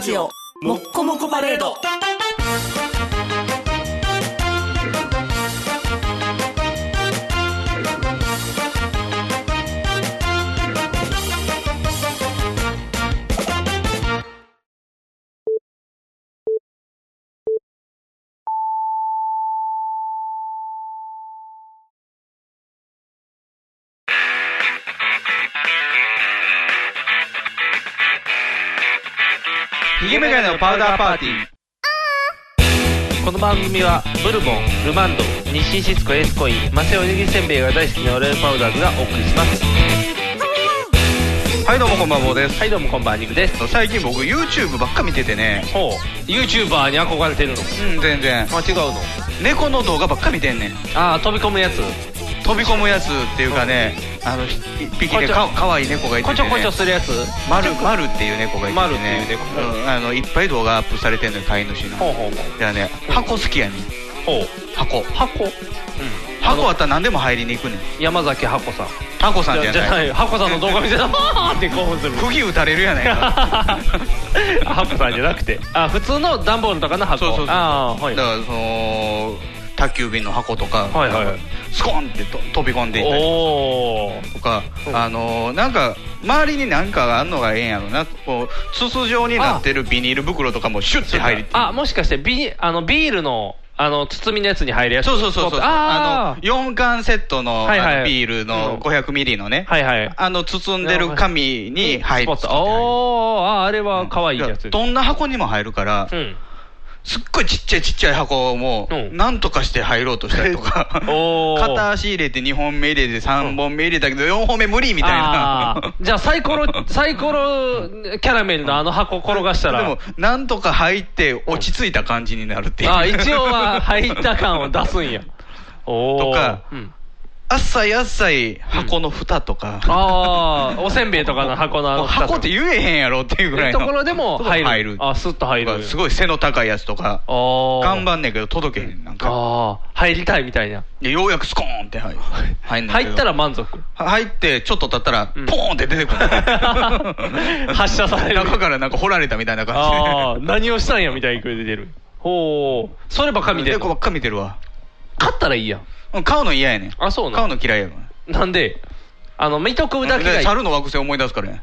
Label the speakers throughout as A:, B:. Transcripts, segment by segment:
A: ジオもっこもこパレード
B: ヒゲメガネのパウダーパーティ
C: この番組はブルボンルマンド日清シスコエースコインマセオおにぎりせんべいが大好きなオレオレパウダーズがお送りします
B: ー。はい、どうもこんばんは、坊です。
C: はいどうもこんばんは肉です
B: 最近僕 YouTube ばっか見ててね。
C: ほう YouTuber に憧れてるの
B: うん、全然。
C: あ違うの
B: 猫の動画ばっか見てんねん。
C: ああ飛び込むやつ
B: 飛び込むやつっていうかね、あの、ひ一匹でか
C: こちょ
B: かわいい猫がいて
C: こ
B: て、
C: ちょ
B: ね。
C: こちょするやつ
B: まるまるっていう猫がいて、ね、
C: まるっていう猫
B: うんあのいっぱい動画アップされてんのよ飼い主の
C: ほうほう
B: だからね箱好きやねん
C: ほうほ
B: 箱
C: う箱うん
B: 箱あっ
C: あ
B: たら何でも入りに行くねん
C: の山崎箱さん
B: 箱さんじゃ
C: じゃ
B: ない
C: ない箱さんの動画見てたあーって興奮する
B: 釘打たれるやないか
C: 箱さんじゃなくてあ普通の段ボールとかの箱
B: そうそうそう
C: ああはい
B: だからその宅急便の箱とか、
C: はいはいはい
B: スコンってと飛び込んでいったり
C: おお
B: とか、
C: うん
B: あのーなんか周りに何かがあんのがええんやろなこう筒状になってるビニール袋とかもシュッて入り
C: あ、もしかしてビ、あの、ビールの、あの、包みのやつに入るやつ
B: そうそうそうそうあの
C: あー
B: 4缶セットの,、
C: はいはい
B: あのビール
C: う
B: の
C: ん
B: 500ミリのね、
C: はいはい。
B: あの包んでる紙に入る
C: スポットおー、あ、あれは可愛いやつ。
B: どんな箱にも入るから、
C: うん。
B: すっごいちっちゃいちっちゃい箱も
C: うん
B: なんとかして入ろうとしたりとか
C: おー
B: 片足入れて2本目入れて3本目入れたけど4本目無理みたいな
C: あーじゃあ、サイ コロ、サイコロキャラメルのあの箱転がしたら。
B: でもなんとか入って落ち着いた感じになるっていう、
C: あ、一応は入った感を出す んや。おー。
B: とか
C: うん。
B: あっさいあっさい箱の蓋とか、
C: あー、おせんべいとかの箱のあの
B: 箱って言えへんやろっていうぐらいの
C: ところでも入る。
B: 入る
C: あ、スッと入る。
B: すごい背の高いやつとか
C: あー。
B: 頑張んねんけど届けへんなんか
C: あー、入りたいみたいな。
B: でようやくスコーンって入る入んねんけど
C: 入ったら満足。
B: 入ってちょっと経ったら、
C: ん
B: ポーンって出てくる
C: 発射される
B: 中からなんか掘られたみたいな
C: あ
B: 感
C: あ、 何をしたんやみたいに声出てる。ほう。そればっか
B: じ
C: 見
B: で
C: てん
B: 猫ば
C: の
B: っか見てるわ
C: 勝ったらいいやん。
B: うん買うの嫌やねん
C: あ、そう
B: 買
C: な
B: うんの嫌いやか
C: なんで、あの、見とくだ
B: ら
C: けが
B: で
C: いい。
B: 猿の惑星思い出すからね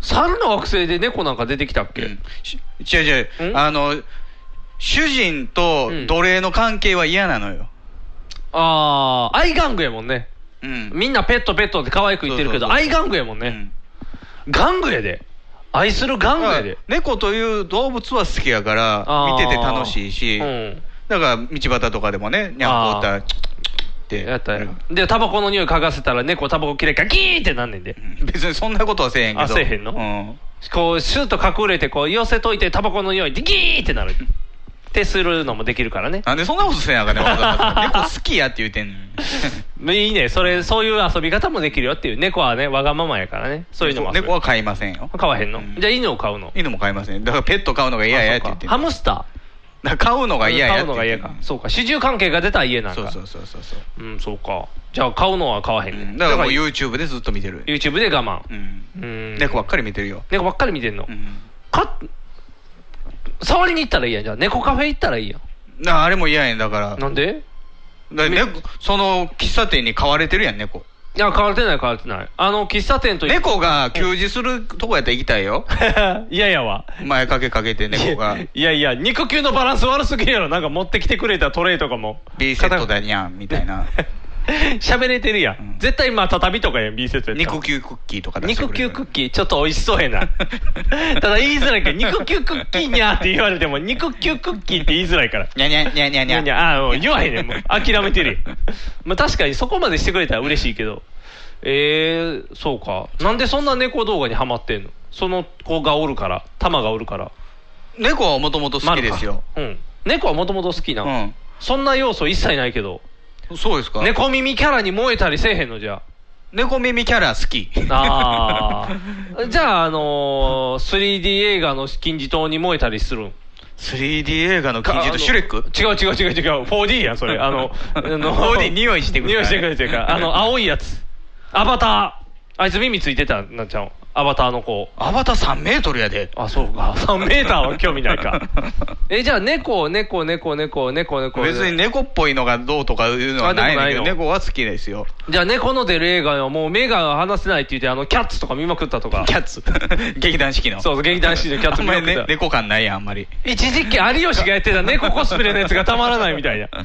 C: 猿の惑星で猫なんか出てきたっけ、
B: うんし違う違う
C: うん
B: あの主人と
C: うん
B: 奴隷の関係は嫌なのよ
C: ああ、アイガングやもんね。
B: うん
C: みんなペットペットって可愛く言ってるけ
B: そ
C: ど、
B: うそうそう
C: アイガングやもん
B: う
C: ね
B: ん。
C: ガングやで。愛するガングやで。
B: 猫という動物は好きやから
C: あー
B: 見てて楽しいし、
C: うん。
B: だから道端とかでもねにゃんこおったらチッチッチッ
C: やった
B: って
C: や。で、タバコの匂い嗅がせたら猫タバコ切れっからギーンってなんねんで。
B: うん別にそんなことはせえへんけど
C: あせえへんの
B: うん
C: こう、シュッと隠れて、こう、寄せといて、タバコの匂いでギーってなる。ってするのもできるからね。
B: なんでそんなことせなあかんねんわざわ ざ猫好きやって言うてんのに
C: いいね。それ、そういう遊び方もできるよっていう。猫はね、わがままやからね。 そういうのも遊べる
B: 猫は飼いませんよ
C: 飼わへんの、
B: うん
C: じゃあ犬を飼うの
B: 犬も飼いませんだからペット飼うのが嫌やって言って
C: あそうか
B: ん
C: ハ
B: の
C: ムスタ
B: だから飼うの
C: ー
B: が嫌やって
C: 飼うのが
B: 言
C: 嫌
B: ってん
C: か
B: の。
C: そうか。始終関係が出たら嫌なん
B: そ
C: か。
B: うそうそうそうそう
C: うん、そうか。じゃあ飼うのは飼わへんね、
B: うんだからもう YouTube でずっと見てる
C: YouTube で我慢。
B: うん
C: うん。
B: 猫ばっ
C: か
B: かり見てるよ
C: り。猫ばっかり見てんの。
B: うん
C: か、触りに行ったらいいやん。じゃあ猫カフェ行ったらいいやん。
B: だからあれも嫌やねんだから
C: なんで
B: だから猫その喫茶店に飼われてるやん猫
C: いや、飼われてない飼われてない。あの、喫茶店と
B: 猫が給仕するとこやったら行きたいよ
C: いややわ。
B: 前掛けかけて猫が
C: いやいや、肉球のバランス悪すぎるやろ。なんか持ってきてくれたトレイとかも。
B: B セットだにゃんみたいな
C: 喋れてるや
B: うん
C: ん。絶対まあ、畳とかやん、B セットやったら
B: 肉球クッキーとか出して
C: 肉
B: くれる
C: 球クッキー、ちょっと美味しそう やな。ただ言いづらいけど、肉球クッキーにゃーって言われても、肉球クッキーって言いづらいから。
B: にゃにゃにゃにゃ
C: い
B: に
C: や
B: ゃ
C: いや、ああ、もう言わへんねん。もう諦めてるやん。まあ確かにそこまでしてくれたら嬉しいけど。えー、そうか。なんでそんな猫動画にハマってんのその子がおるから、玉がおるから。
B: 猫はもともと好きですよ、
C: 丸か。うん。猫はもともと好きな。
B: う
C: そんな要素一切ないけど。
B: ん、そうですか
C: 猫耳キャラに燃えたりせえへんのじゃ
B: 猫耳キャラ好き
C: あ。 ああ。じゃあ、あのー、3D 映画の金字塔に燃えたりするん
B: 3D 映画の金字
C: ああの
B: とシュレック
C: 違う違う違う違う。4D やん、それ。あの、あの
B: 4D 匂いしてくる
C: 匂いしてくるっていうか、あの、青いやつ。アバター。あいつ耳ついてた、なっちゃう。アバターの子
B: アバター3メートルやで。
C: あそうか 3メーターは興味ないか えじゃあ猫猫猫猫猫猫
B: 別に猫っぽいのがどうとかいうのはないねんけ
C: あ
B: ど、
C: でもない
B: 猫は好きですよ。
C: じゃあ猫の出る映画はもう目が離せないって言ってあのキャッツとか見まくったとか
B: キャッツ。 劇団四季の。
C: そうそう劇団四季のキャッツ
B: あん
C: 見
B: ま
C: まくっ
B: り、
C: た
B: ね、猫感ないやん、あんまり。
C: 一時期有吉がやってた猫コスプレのやつがたまらないみ たいな
B: だか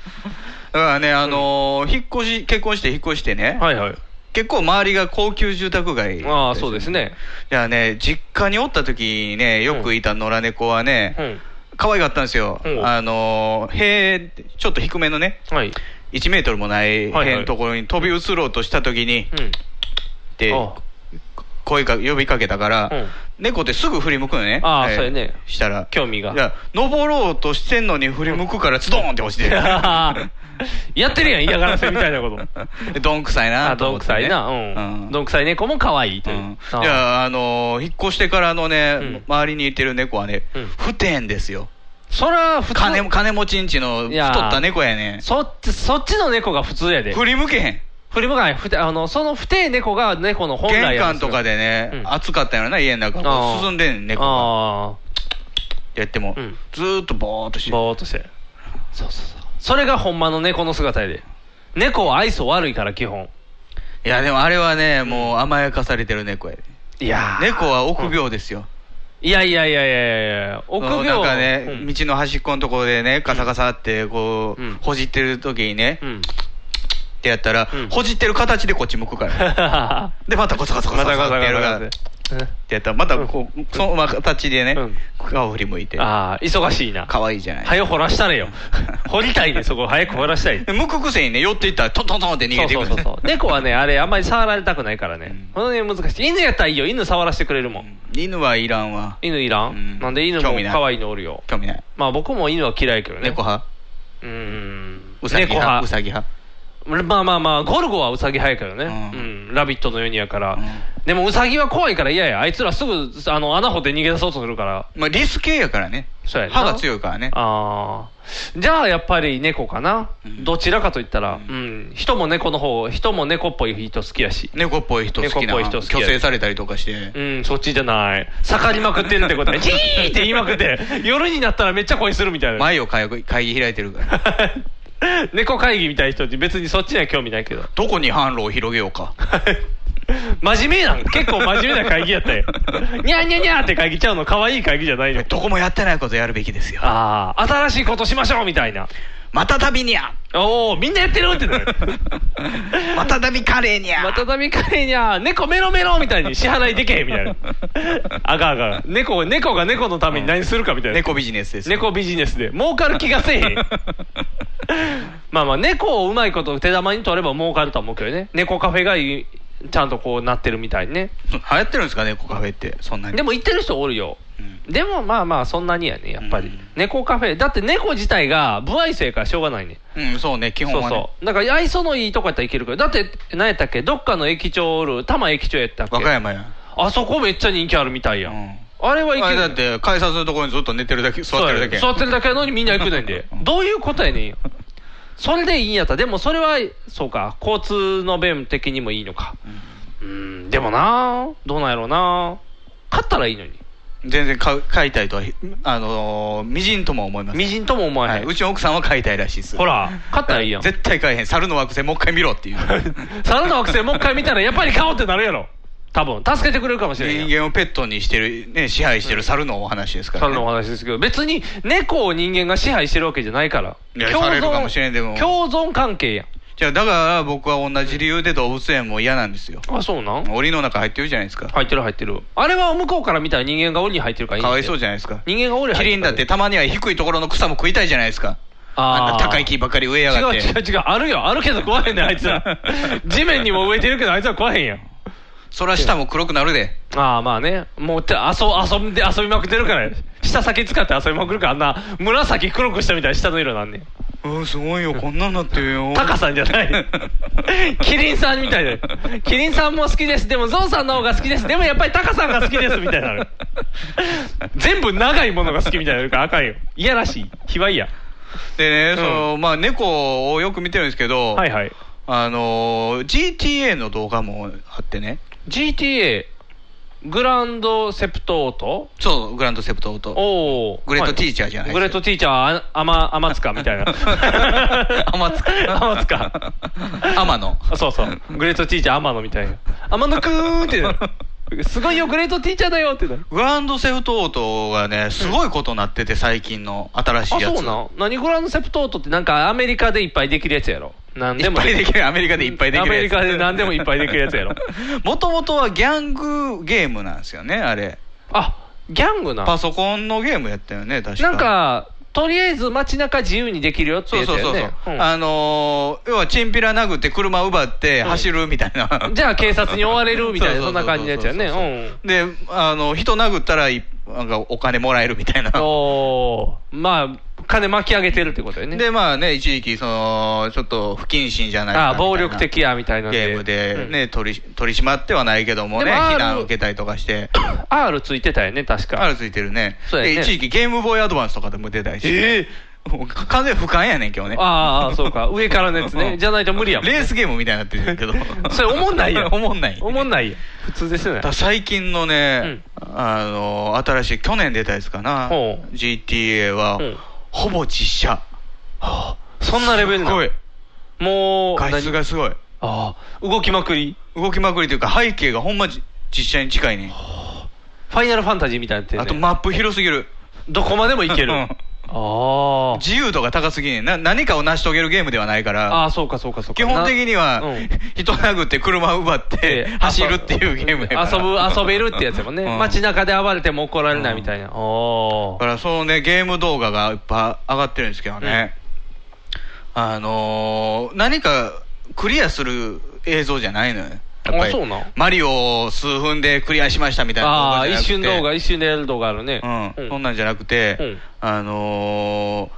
B: らね、あのー引っ越し、結婚して引っ越してね、
C: はいはい
B: 結構周りが高級住宅街、
C: ああそうです。ね
B: いやね、実家におった時にね、よくいた野良猫はね、
C: うん
B: 可愛かったんですよ。
C: うん
B: あのー塀、ちょっと低めのね、
C: はい
B: 1メートルもない
C: はいはい
B: 塀のところに飛び移ろうとした時に、
C: うん
B: って
C: あ
B: 声か、呼びかけたから、
C: うん
B: 猫ってすぐ振り向くのね。
C: ああそうやね
B: したら。
C: 興味
B: い
C: が
B: や、登ろうとしてんのに振り向くから、ズドーンって落ちて
C: やってるやん嫌がらせみたいなこと
B: でどんくさいな
C: あ
B: と
C: ど
B: 思
C: ん
B: っ
C: く
B: て
C: さ
B: ね、
C: いなうんど
B: ん
C: んくさい猫も可愛いという
B: うん
C: ああ
B: いやあのー引っ越してからのね、
C: うん
B: 周りにいてる猫はね、
C: うん
B: 不天ですよ
C: そら普通
B: 金も金持ちんちの
C: い
B: 太
C: や
B: った猫やね
C: そっちそっちの猫が普通やで
B: 振り向けへん
C: 振り向かないふてあのその不定猫が猫の本来や
B: 玄関とか
C: で
B: でね、
C: うん
B: 暑かったよな家の中こ
C: あー
B: う進んでんねん猫が
C: あ
B: ってやっても、
C: うん
B: ずーっとぼーっとして
C: あぼーっとしてそうそうそうそれがほんまの猫の姿やで猫は愛想悪いから基本
B: いやでもあれはねもう甘やかされてる猫やで
C: いやー
B: 猫は臆病ですよ、
C: いやいやいやいやいや臆病
B: なんかね、
C: うん
B: 道の端っこのところでねカサカサってこう、
C: うん
B: ほじってる時にね、
C: うん
B: ってやったら、
C: うん
B: ほじってる形でこっち向く から。
C: ま
B: で、またゴソゴソゴソ
C: た
B: ゴソっ
C: ガタ
B: て
C: ガ
B: や
C: タ
B: るから。
C: ガ
B: っ
C: タ
B: てやったら、またこう、その形でね
C: うん、
B: 顔振り向いて。
C: ああ忙しいな
B: 可愛いじゃない。
C: 早掘らした れよ掘りたいねそこ早く掘らしたい
B: で向くくせにね、寄っていったら、トントントンって逃げていく
C: そうそうそうそう猫はねあれあんまり触られたくないからね、
B: うん
C: この辺難しい犬やったらいいよ犬触らせてくれるもん、
B: 犬はいらんわ。
C: 犬いらん、
B: うん
C: なんで犬も
B: 興味ない
C: 可愛いのおるよ
B: 興味ない。
C: まあ僕も犬は嫌いやけどね
B: 猫派
C: うーん
B: うさぎ
C: 猫
B: 派う
C: 派
B: さぎ派
C: まあまあまあゴルゴはウサギ派やけどねう
B: うんん、
C: ラビットのようにやから、
B: うん
C: でもウサギは怖いから嫌やあいつらすぐあの穴掘って逃げ出そうとするから
B: まあ、リス系やからね。
C: そうやな
B: 歯が強いからね。
C: ああじゃあやっぱり猫かな、
B: うん
C: どちらかといったら、うん、人も猫の方人も猫っぽい人好きやし
B: 猫っぽい人好きな。
C: 猫っぽい人
B: 虚
C: 好きや
B: 勢されたりとかして。
C: うん、そっちじゃない。盛りまくってるってこと ね。ジーって言いまくって、夜になったらめっちゃ恋するみたいな。
B: 前を会議会議開いてるから。
C: 猫会議みたいな人って別にそっちには興味ないけど。
B: どこに販路を広げようか。
C: 真面目なん結構真面目な会議やった よ。にゃーにゃーにゃーって会議ちゃうの可愛い会議じゃないの。
B: どこもやってないことやるべきですよ。
C: ああ、新しいことしましょうみたいな。
B: また旅にゃ
C: おおみんなやってるって なる。
B: また旅カレーにゃ
C: またたみ会にゃー、猫メロメロみたいに支払いでけへんみた いな。あがあが。猫、猫が猫のために何するかみたいな。
B: 猫ビジネスですよ。
C: 猫ビジネスで儲かる気がせえへ んまあまあ猫をうまいこと手玉に取れば儲かるとは思うけどね猫カフェがいいちゃんとこうなってるみたいにね
B: 流行ってるんですかね、猫カフェって。そんなに。
C: でも行ってる人おるよ
B: うん
C: でもまあまあそんなにやねやっぱり、
B: うん
C: 猫カフェだって猫自体が不愛想やからしょうがないね
B: うん、そうね、基本
C: そう
B: はね
C: そ。うだから愛想のいいとこやったらいけるけどだって何やったっけどっかの駅長おる多摩駅長やったっ
B: 和歌
C: け
B: 山や。
C: あそこめっちゃ人気あるみたいや、
B: うん
C: ん、あれはい
B: あれ
C: ける
B: だって、改札のところにずっと寝てるだけ、座ってるだけ。
C: そうや座ってるだけやのにみんな行くねんでどういうことやねんそれでいいんやったらでもそれはそうか交通の便的にもいいのかうんでもなどうなんやろうな勝ったらいいのに
B: 全然買う買いたいとは、あのー、みじんとも思います。
C: みじんとも思わ
B: は
C: へ
B: い、
C: ん、
B: うちの奥さんは買いたいらしいです。
C: ほら勝ったらいいやん
B: 絶対買えへん。猿の惑星もう一回見ろ っていう。
C: 猿の惑星もう一回見たらやっぱり買おうってなるやろ多分助けてくれるかもしれんやん
B: 人間をペットにしてる、ね、支配してる猿のお話ですから、ね。
C: 猿のお話ですけど別に猫を人間が支配してるわけじゃないから
B: いやされるかもしれんでも
C: 共存関係やん
B: じゃあ、だから僕は同じ理由で動物園も嫌なんですよ。
C: あそうなん
B: 檻の中入ってるじゃないですか。
C: 入ってる入ってるあれは向こうから見たら人間が檻に入ってるからいいん
B: か
C: だ
B: わ
C: よ
B: いそうじゃないですか。
C: 人間が俺
B: キリンだってたまには低いところの草も食いたいじゃないですか。あんな高い木ばっかり植えや
C: 違
B: がっ
C: う
B: て。
C: 違う違うあるよあるけど怖いねんあい つら地面にも植えてるけどあいつら怖いんや
B: そら下も黒くなるで。
C: ああまあねもうて遊遊んで遊びまくってるから下先使って遊びまくるからあんな紫黒くしたみたいな下の色なんねん
B: うん、すごいよ、こんなんなってるよ。
C: 高さんじゃない キリンさんみたいなキリンさんも好きですでもゾウさんの方が好きですでもやっぱりタカさんが好きですみたいなる全部長いものが好きみたいになるからあかんよいやらしい卑猥や
B: でね、
C: うん
B: その、まあ、猫をよく見てるんですけど、
C: はいはい
B: あのー、GTA の動画もあってね、
C: GTA グランドセプトオート
B: そう、グランドセプトオート。
C: おお。
B: グレートティーチャーじゃない。
C: グレートティーチャーあ、あま、あまつかみたいな
B: 天津か。
C: あまつか。
B: 天野。
C: あそうそう。グレートティーチャー、天野みたいな。天野くーんってなる。すごいよ、グレートティーチャーだよってなる。
B: グランドセフトオートがね、すごいことになってて、最近の新し
C: あ、
B: いやつ。
C: そうなん何グランドセプトオートってなんかアメリカでいっぱいできるやつやろ。なん
B: い
C: で
B: っ
C: も
B: ぱいできる、アメリカでいっぱいできるやつ。
C: アメリカで何でもいっぱいできるやつ やろ。
B: もともとはギャングゲームなんですよね、あれ。
C: あ、ギャングな。
B: パソコンのゲームやったよね、確か
C: なんか、とりあえず街中自由にできるよって
B: そ
C: や
B: う
C: つや
B: そうそ
C: よ
B: うそう、
C: ね。うん
B: あのー要はチンピラ殴って車奪って
C: うん
B: 走るみたいな、
C: じゃあ警察に追われるみたいな、そんな感じのやつやね。
B: そうそう
C: う
B: そ
C: ん。
B: うそうであの人殴ったらいなんかお金もらえるみたいな
C: おーまあ、金巻き上げてるってことよね。
B: でまあね一時期そのちょっと不謹慎じゃないか
C: あ
B: みたいな
C: ー暴力的やみたいなん
B: ゲームで、ね取り取り締まってはないけどもね
C: でもある
B: 非難を受けたりとかして
C: うん R ついてたよね、確か。
B: あるついてるね
C: そうやね
B: で一時期ゲームボーイアドバンスとかでも出たりして、もう完全に俯瞰やねんけどね
C: あーあー、そ うか。上からのやつね。じゃないと無理やもん。
B: レースゲームみたいになってるけど
C: それ、おもんないよ
B: 。おもんない
C: おもんないよ。普通ですよね
B: だか。ら最近のね、あの新しい去年出たやつかな
C: ほう
B: GTA は、
C: うん
B: ほぼ実写
C: そんなレベル
B: す
C: な
B: ごい
C: もう、
B: 画質
C: 何
B: がすごい
C: ああ、動きまくり。
B: 動きまくりというか背景がほんまじ実写に近いね
C: ファイナルファンタジーみたいになってんね。
B: あとマップ広すぎる
C: どこまでもいける。
B: うん
C: ああ。
B: 自由度が高すぎねな何かを成し遂げるゲームではないから
C: ああ、そうかそうかそうか。
B: 基本的には、
C: なうん
B: 人殴って車奪って
C: で
B: 走るっていうゲームやから
C: 遊ぶ、遊べるってやつやもん ね。
B: うん
C: 街中で暴れても怒られないみたいな。お
B: だ
C: ー
B: からそのねゲーム動画がいっぱい上がってるんですけどね、あのー何かクリアする映像じゃないのよやっぱ
C: あ
B: り
C: そうなん
B: マリオを数分でクリアしましたみたい
C: あ
B: な
C: あ、一瞬動画、
B: 一
C: 一瞬でやる動画あるね。
B: うん、そん
C: な。
B: なんじゃなくて、
C: うん
B: あのー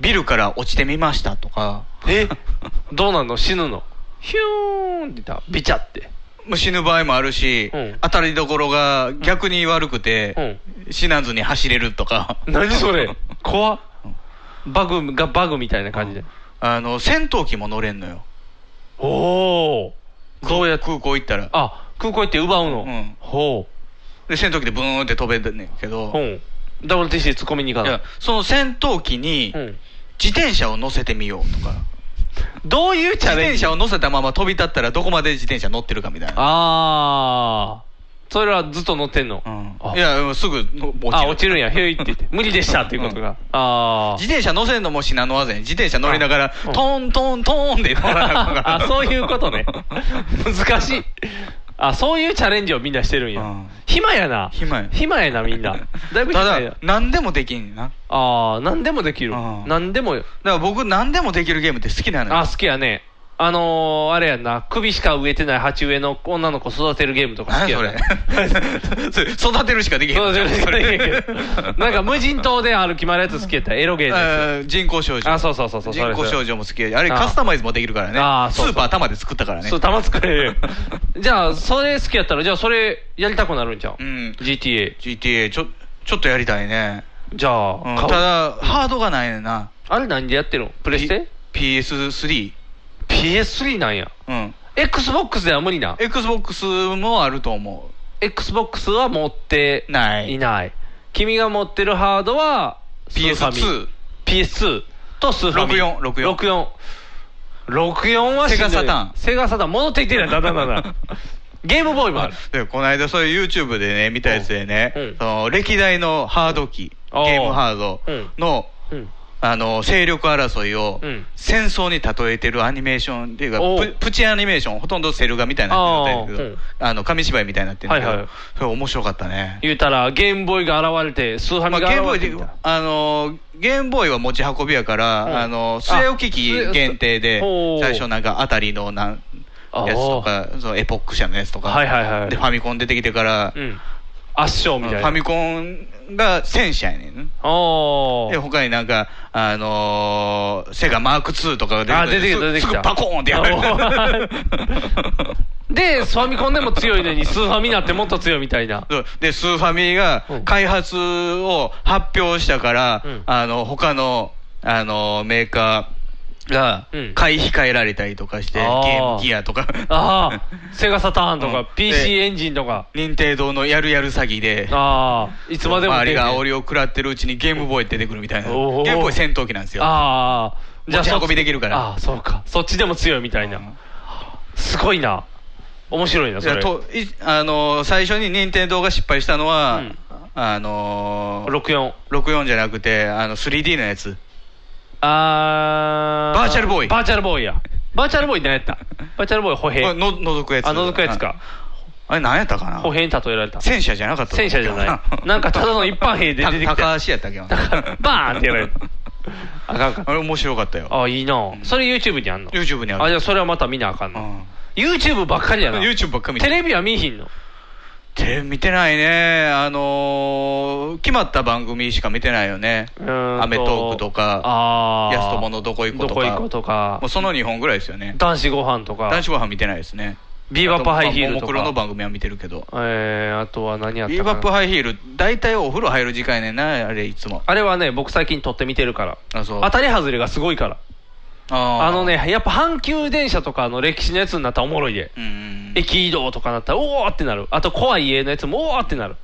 B: ビルから落ちてみましたとか
C: えどうなんの死ぬのヒューンってた。ビチャって。
B: もう死ぬ場合もあるし、
C: うん
B: 当たりどころが逆に悪くて、死なずに走れるとか、
C: 何そ れ怖っバグがバグみたいな感じで。
B: あの戦闘機も乗れんのよ
C: おお。どうやっ
B: 空港行ったら
C: あ、空港行って奪うの。
B: うん
C: ほ
B: で戦闘機でブーンって飛べんねんけ
C: う。
B: ど、
C: ほ。
B: いう
C: WTC 突っ込みに行かない
B: や。その戦闘機に
C: うん
B: 自転車を乗せてみようとか、
C: どういうチ
B: 自
C: ャレン
B: 転
C: ジ
B: 車を乗せたまま飛び立ったら、どこまで自転車乗ってるかみたいな、
C: ああ。それはずっと乗ってんの。
B: うん
C: あ
B: いや、すぐの落ちる
C: あ、落ちるんや。ひゅいって言って。無理でしたっていうことが。あ
B: 自転車乗せんのも至難の技に、自転車乗りながら、
C: うん
B: トントントンで乗らなあかんか
C: あ。
B: ら
C: あ、そういうことね。難しい。あ、そういうチャレンジをみんなしてるんや。
B: うん
C: 暇やな。
B: 暇や
C: 暇やな、みんな。だいぶ暇
B: た
C: や
B: だ。、何でもできんねんな。
C: ああ、何でもできる。
B: うん
C: 何でも。
B: だから僕、何でもできるゲームって好きなのよ
C: あ、。好きやね。あのー、あれやんな。首しか植えてない鉢植えの女の子育てるゲームとか好
B: 何
C: き
B: や
C: や
B: そ
C: な
B: れ。 それ育てるしかできへん
C: そうじゃない
B: それ
C: なんか無人島で歩き回るやつ好きやったエロゲーのや
B: あー人工少女。
C: あそうそうそうそうそ
B: 人
C: れそ
B: 工
C: れ
B: 少女も好きやしあれ
C: あー
B: カスタマイズもできるからね。
C: あーそうそう
B: スーパー玉で作ったから
C: つ。
B: ね。
C: そう、玉作れる。じゃあ、それ好きやったら、じゃあそれやりたくなるんじゃん。
B: うん
C: GTA。
B: GTA ちょ、ちょっとやりたいね。
C: じゃ
B: うん
C: あ、
B: た
C: 買う
B: だ、ハードがないねんな。
C: あれ何でやってるのプレステ
B: P- ?PS3。
C: ?PS3 なんや。
B: うん。
C: Xbox では無理な。
B: Xbox もあると思
C: Xbox は持って
B: う。ないい。
C: ない。君が持ってるハードは、スーファミ
B: PS2。。
C: PS2 とスーファミ。
B: 64 64
C: 64。64はしんど
B: セガ
C: い
B: サターン
C: セガサターン戻ってきて るやん、だだだだ。ゲームボーイもある。
B: でこの間、そういう YouTube でね、見たやつでね、
C: うん
B: その歴代のハード機、ゲ
C: うん
B: ームハードの、
C: うん。
B: あの勢力争いを
C: うん
B: 戦争に例えてるアニメーションっていうか
C: おう
B: ププチアニメーションほとんどセル画みたいになってるんだけ
C: あーう
B: ど
C: ん
B: あの紙芝居みたいになってるんだけど、
C: はいはい
B: それ面白かったね、
C: 言うたら、ゲームボーイが現れて、スーファ
B: まあ、ゲ
C: ミ
B: ーム
C: が
B: ボーイ
C: 現れ
B: で
C: てみたいな、
B: あのゲームボーイは持ち運びやから、
C: うん
B: あの据え置き機限定で
C: あおう
B: 最初なんかあたりのなんやつとかそのエポック社のやつとか、
C: はいはいはい
B: でファミコン出てきてから、
C: うん。圧勝みたい
B: フ
C: な。
B: ァミコンが戦車やねん
C: お
B: で、
C: ー。
B: 他になんか、あのー、セガマーク2とか
C: あ
B: が
C: 出
B: 出て
C: てき
B: き
C: た
B: て、
C: 出て
B: す
C: き
B: ぐ
C: た
B: パコーンってやる
C: お。ーで、スファミコンでも強いのに、スーファミになってもっと強いみたいな。
B: そうで、スーファミが
C: うん
B: 開発を発表したから、
C: うん
B: あの、他の、あの、メーカー、が
C: うん
B: 買い控えられたりとかして、ゲ
C: あー
B: ームギアとか、
C: ああ、セガサターンと
B: うん
C: か、PC エンジンとか、
B: 任天堂のやるやる詐欺で、
C: ああ、いつまでも
B: 周
C: 出
B: り
C: て
B: が煽りを食らってるうちにゲームボーイって出てくるみたいな、ゲー
C: おー
B: ムボーイ戦闘機なんですよ。
C: ああ、
B: 持ち運び
C: そっち
B: できるから
C: ああ、そうか。そっちでも強いみたいな。すごいな。面白いな、
B: い
C: そ
B: や
C: れ。
B: といあのー最初に任天堂が失敗したのは、
C: うん
B: あのー
C: 64。
B: 64じゃなくて、あの 3D のやつ、
C: あ
B: バーチャルボーイ
C: バーチャルボーイや。バーチャルボーイって何やったバーチャルボーイ歩兵。
B: これ
C: あ、
B: の覗くやつ、
C: 覗くやつか。
B: あ、あれ、なんやったかな、
C: 歩兵に例えられた。
B: 戦車じゃなかった
C: 戦車じ ゃない。なんかただの一般兵で出てきた。
B: た高橋やったっけな
C: だから バーンってやられる。あかんかった
B: あれ面白かったよ
C: あ、いいな。それ YouTube にあんの
B: YouTube にある
C: あ、じゃあそれはまた見なあかん
B: う
C: の。
B: ん
C: YouTube ばっかりやな。
B: YouTube ばっか見て
C: テレビは見いひんの。
B: テレビ見てないねあのー決まった番組しか見てないよね
C: うーん
B: アメトークとか
C: あー
B: 安友のどこ行こうとか
C: どこ行こうとか
B: もうその2本ぐらいですよね
C: 男子ご飯とか
B: 男子ご飯見てないですね
C: ビーバップハイヒール
B: あまあ
C: と
B: ももクロの
C: か
B: 番組は見てるけど
C: えーあとは何やった
B: ビ
C: か
B: ー
C: な
B: バップハイヒール大体お風呂入る時間やねんなあれいつも
C: あれはね僕最近撮ってみてるから
B: あそう
C: 当たり外れがすごいから
B: あー
C: あのねやっぱ阪急電車とかの歴史のやつになったらおもろいで
B: うんうん
C: 駅移動とかなったらおおってなるあと怖い家のやつもおおってなる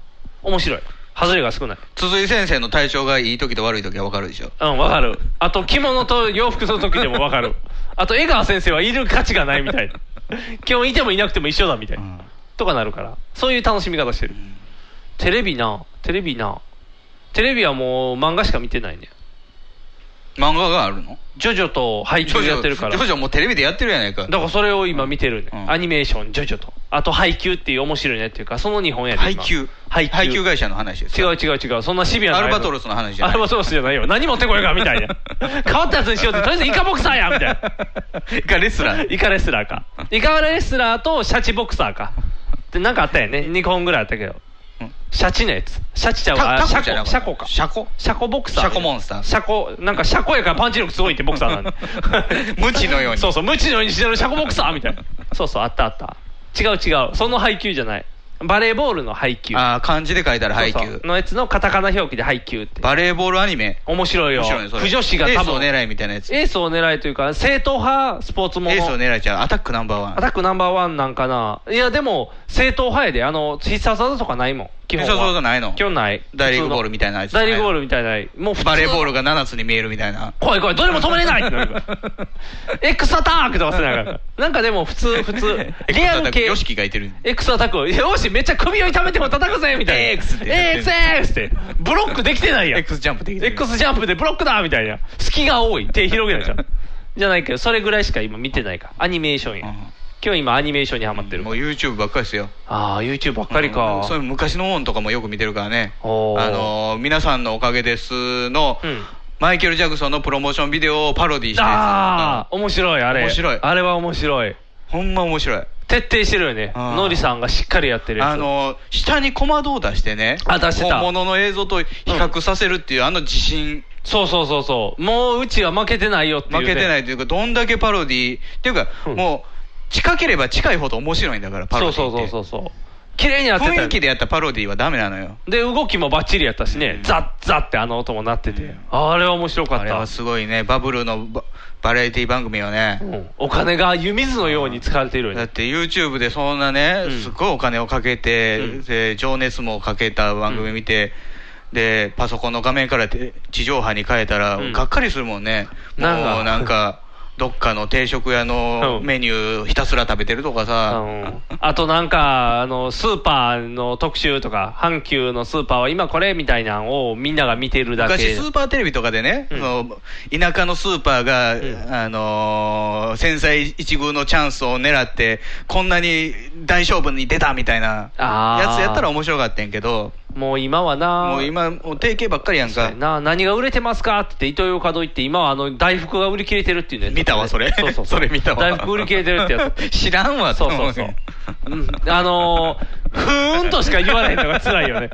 C: 面白い外れが少ない
B: 鈴井先生の体調がいい時と悪い時は分かるでしょ
C: うんわかるあと着物と洋服の時でも わかるあと江川先生はいる価値がないみたいな基本いてもいなくても一緒だみたいな、
B: うん
C: とかなるからそういう楽しみ方してる、テレビなテレビなテレビはもう漫画しか見てないね
B: 漫画があるの
C: ジョジョと配
B: ジョ
C: 給
B: ジョ
C: やってるから
B: ジョ
C: だ
B: ジョもうテレビでやってるやないか
C: からそれを今見てるね、
B: うん
C: アニメーションジョジョとあと配給っていう面白いねっていうかその2本やで
B: 配
C: 今
B: 給
C: 配給
B: 会社の話です
C: 違
B: よ
C: う違う違うそんなシビアな
B: アルバトロスの話じゃ
C: ア
B: ない
C: ルバトロスじゃないよ何持ってこようかみたいな 変わったやつにしようってとりあえずイカボクサーやみたいな
B: がレスラ ー
C: イカレスラーか。 イカレスラーとシャチボクサーか。で、なんかあったよね。2本ぐらいあったけど
B: うん。
C: シャチのやつ。シャチちゃう
B: タ
C: わ。
B: タ
C: シ
B: コじゃな
C: ャ
B: か
C: コ、
B: った
C: シャコか。
B: シャコ
C: シャコボクサー。
B: シャコモンスター。
C: シャコ、なんかシャコやからパンチ力すごいってボクサーなんで
B: 無知のように
C: そうそう、無知のようにしてるシャコボクサーみ たいな。そうそう、あったあった。違う違う。その配給じゃない。バレーボールの配給。
B: あー漢字で書いたら配
C: そう
B: 給
C: そうのやつのカタカナ表記で配給って。
B: バレーボールアニメ
C: 面白いよ。
B: 面白いねそれ
C: 不女子が多分。
B: エースを狙いみたいなやつエ
C: エースを狙いというか、正統派スポーツもの。
B: ースを狙いちゃうアタックナンバーワン
C: アタックナンバーワンなんかないや、でも、正統派やで、あの、必殺技とかないもん。基本は。
B: 必殺技ないの
C: 基本ない。
B: 大リーグボールみたいなやつ
C: 大リーグボールみたいな。もう普通の
B: バレーボールが7つに見えるみたいな
C: 怖い怖い、どれも止めれないってなる から。エクスアタックとかせながら。なんかでも、普通、普通。リアル系。
B: ヨシキがいてる
C: エクスアタック。よし、めっちゃ首を痛めても叩くぜみたいな。
B: エックスって
C: エックスエックスって。ブロックできてないやん。
B: X ジャンプできてる
C: X ジャンプでブロックだみたいな。隙が多い。手広げないじ ゃん。じゃないけど、それぐらいしか今見てないから。アニメーションや。
B: うん
C: 今日今アニメーションにハマってる
B: もう YouTube ばっかりですよ
C: ああ、YouTube ばっかりか。
B: うんそういう昔のもんとかもよく見てるからね「あ
C: おー
B: のー皆さんのおかげです」の、
C: うん
B: マイケル・ジャクソンのプロモーションビデオをパロディしたや
C: ああ、面白い、あれ。
B: 面白い
C: あれは面白い。
B: つうんほんま面白い
C: 徹底してるよね。
B: あー
C: ノリさんがしっかりやってるやつ。
B: あのー下に小窓を出してね
C: あ出してた
B: 本物の映像と比較させるっていう、あの自信
C: そうそうそうそう。もううちは負けてないよっていう、。
B: 負けてないいというかどんだけパロディっていうか、
C: うん
B: もう近ければ近いほど面白いんだからパ
C: そ
B: ロ
C: う
B: ディ
C: そ
B: っ
C: う
B: て
C: そうそうそう。綺麗にやってたよね
B: 雰囲気でやったパロディはダメなのよ
C: で、動きもバッチリやったしね。ザッザッってあの音も鳴ってて。あれは面白か
B: あ
C: っ
B: れ
C: た
B: は。すごいねバブルのババラエティ番組をね、
C: うんお金が湯水のように使われているよ
B: だっ
C: ね。
B: て YouTube でそんなね、
C: うん
B: すごいお金をかけて、
C: うん
B: で情熱もかけた番組見て、でパソコンの画面からて地上波に変えたら、
C: うん
B: がっかりするもんね、
C: なんか
B: もうなんか、どっかの定食屋の
C: うん
B: メニューひたすら食べてるとか
C: う
B: さ、
C: んあとなんか、あの、スーパーの特集とか、阪急のスーパーは今これみたいなのをみんなが見てるだけ。
B: 昔、スーパーテレビとかでね、
C: うん
B: その田舎のスーパーが、
C: ん
B: あのー繊細一遇のチャンスを狙って、こんなに大勝負に出たみたいな
C: あー
B: やつやったら面白かったんやけど、
C: もう今はな、
B: もう今、もう定型ばっかりやん
C: そう
B: か
C: や。な何が売れてますかって言って、伊東洋華堂行って、今はあの大福が売り切れてるっていうね、
B: 見たわ、それ。
C: そうそう う
B: それ見たわ。
C: 大福売り切れてるってや つ。
B: 知らんわ、
C: そうそうそう
B: ね。
C: うんあのー、ふーんとしか言わないのが辛いよね。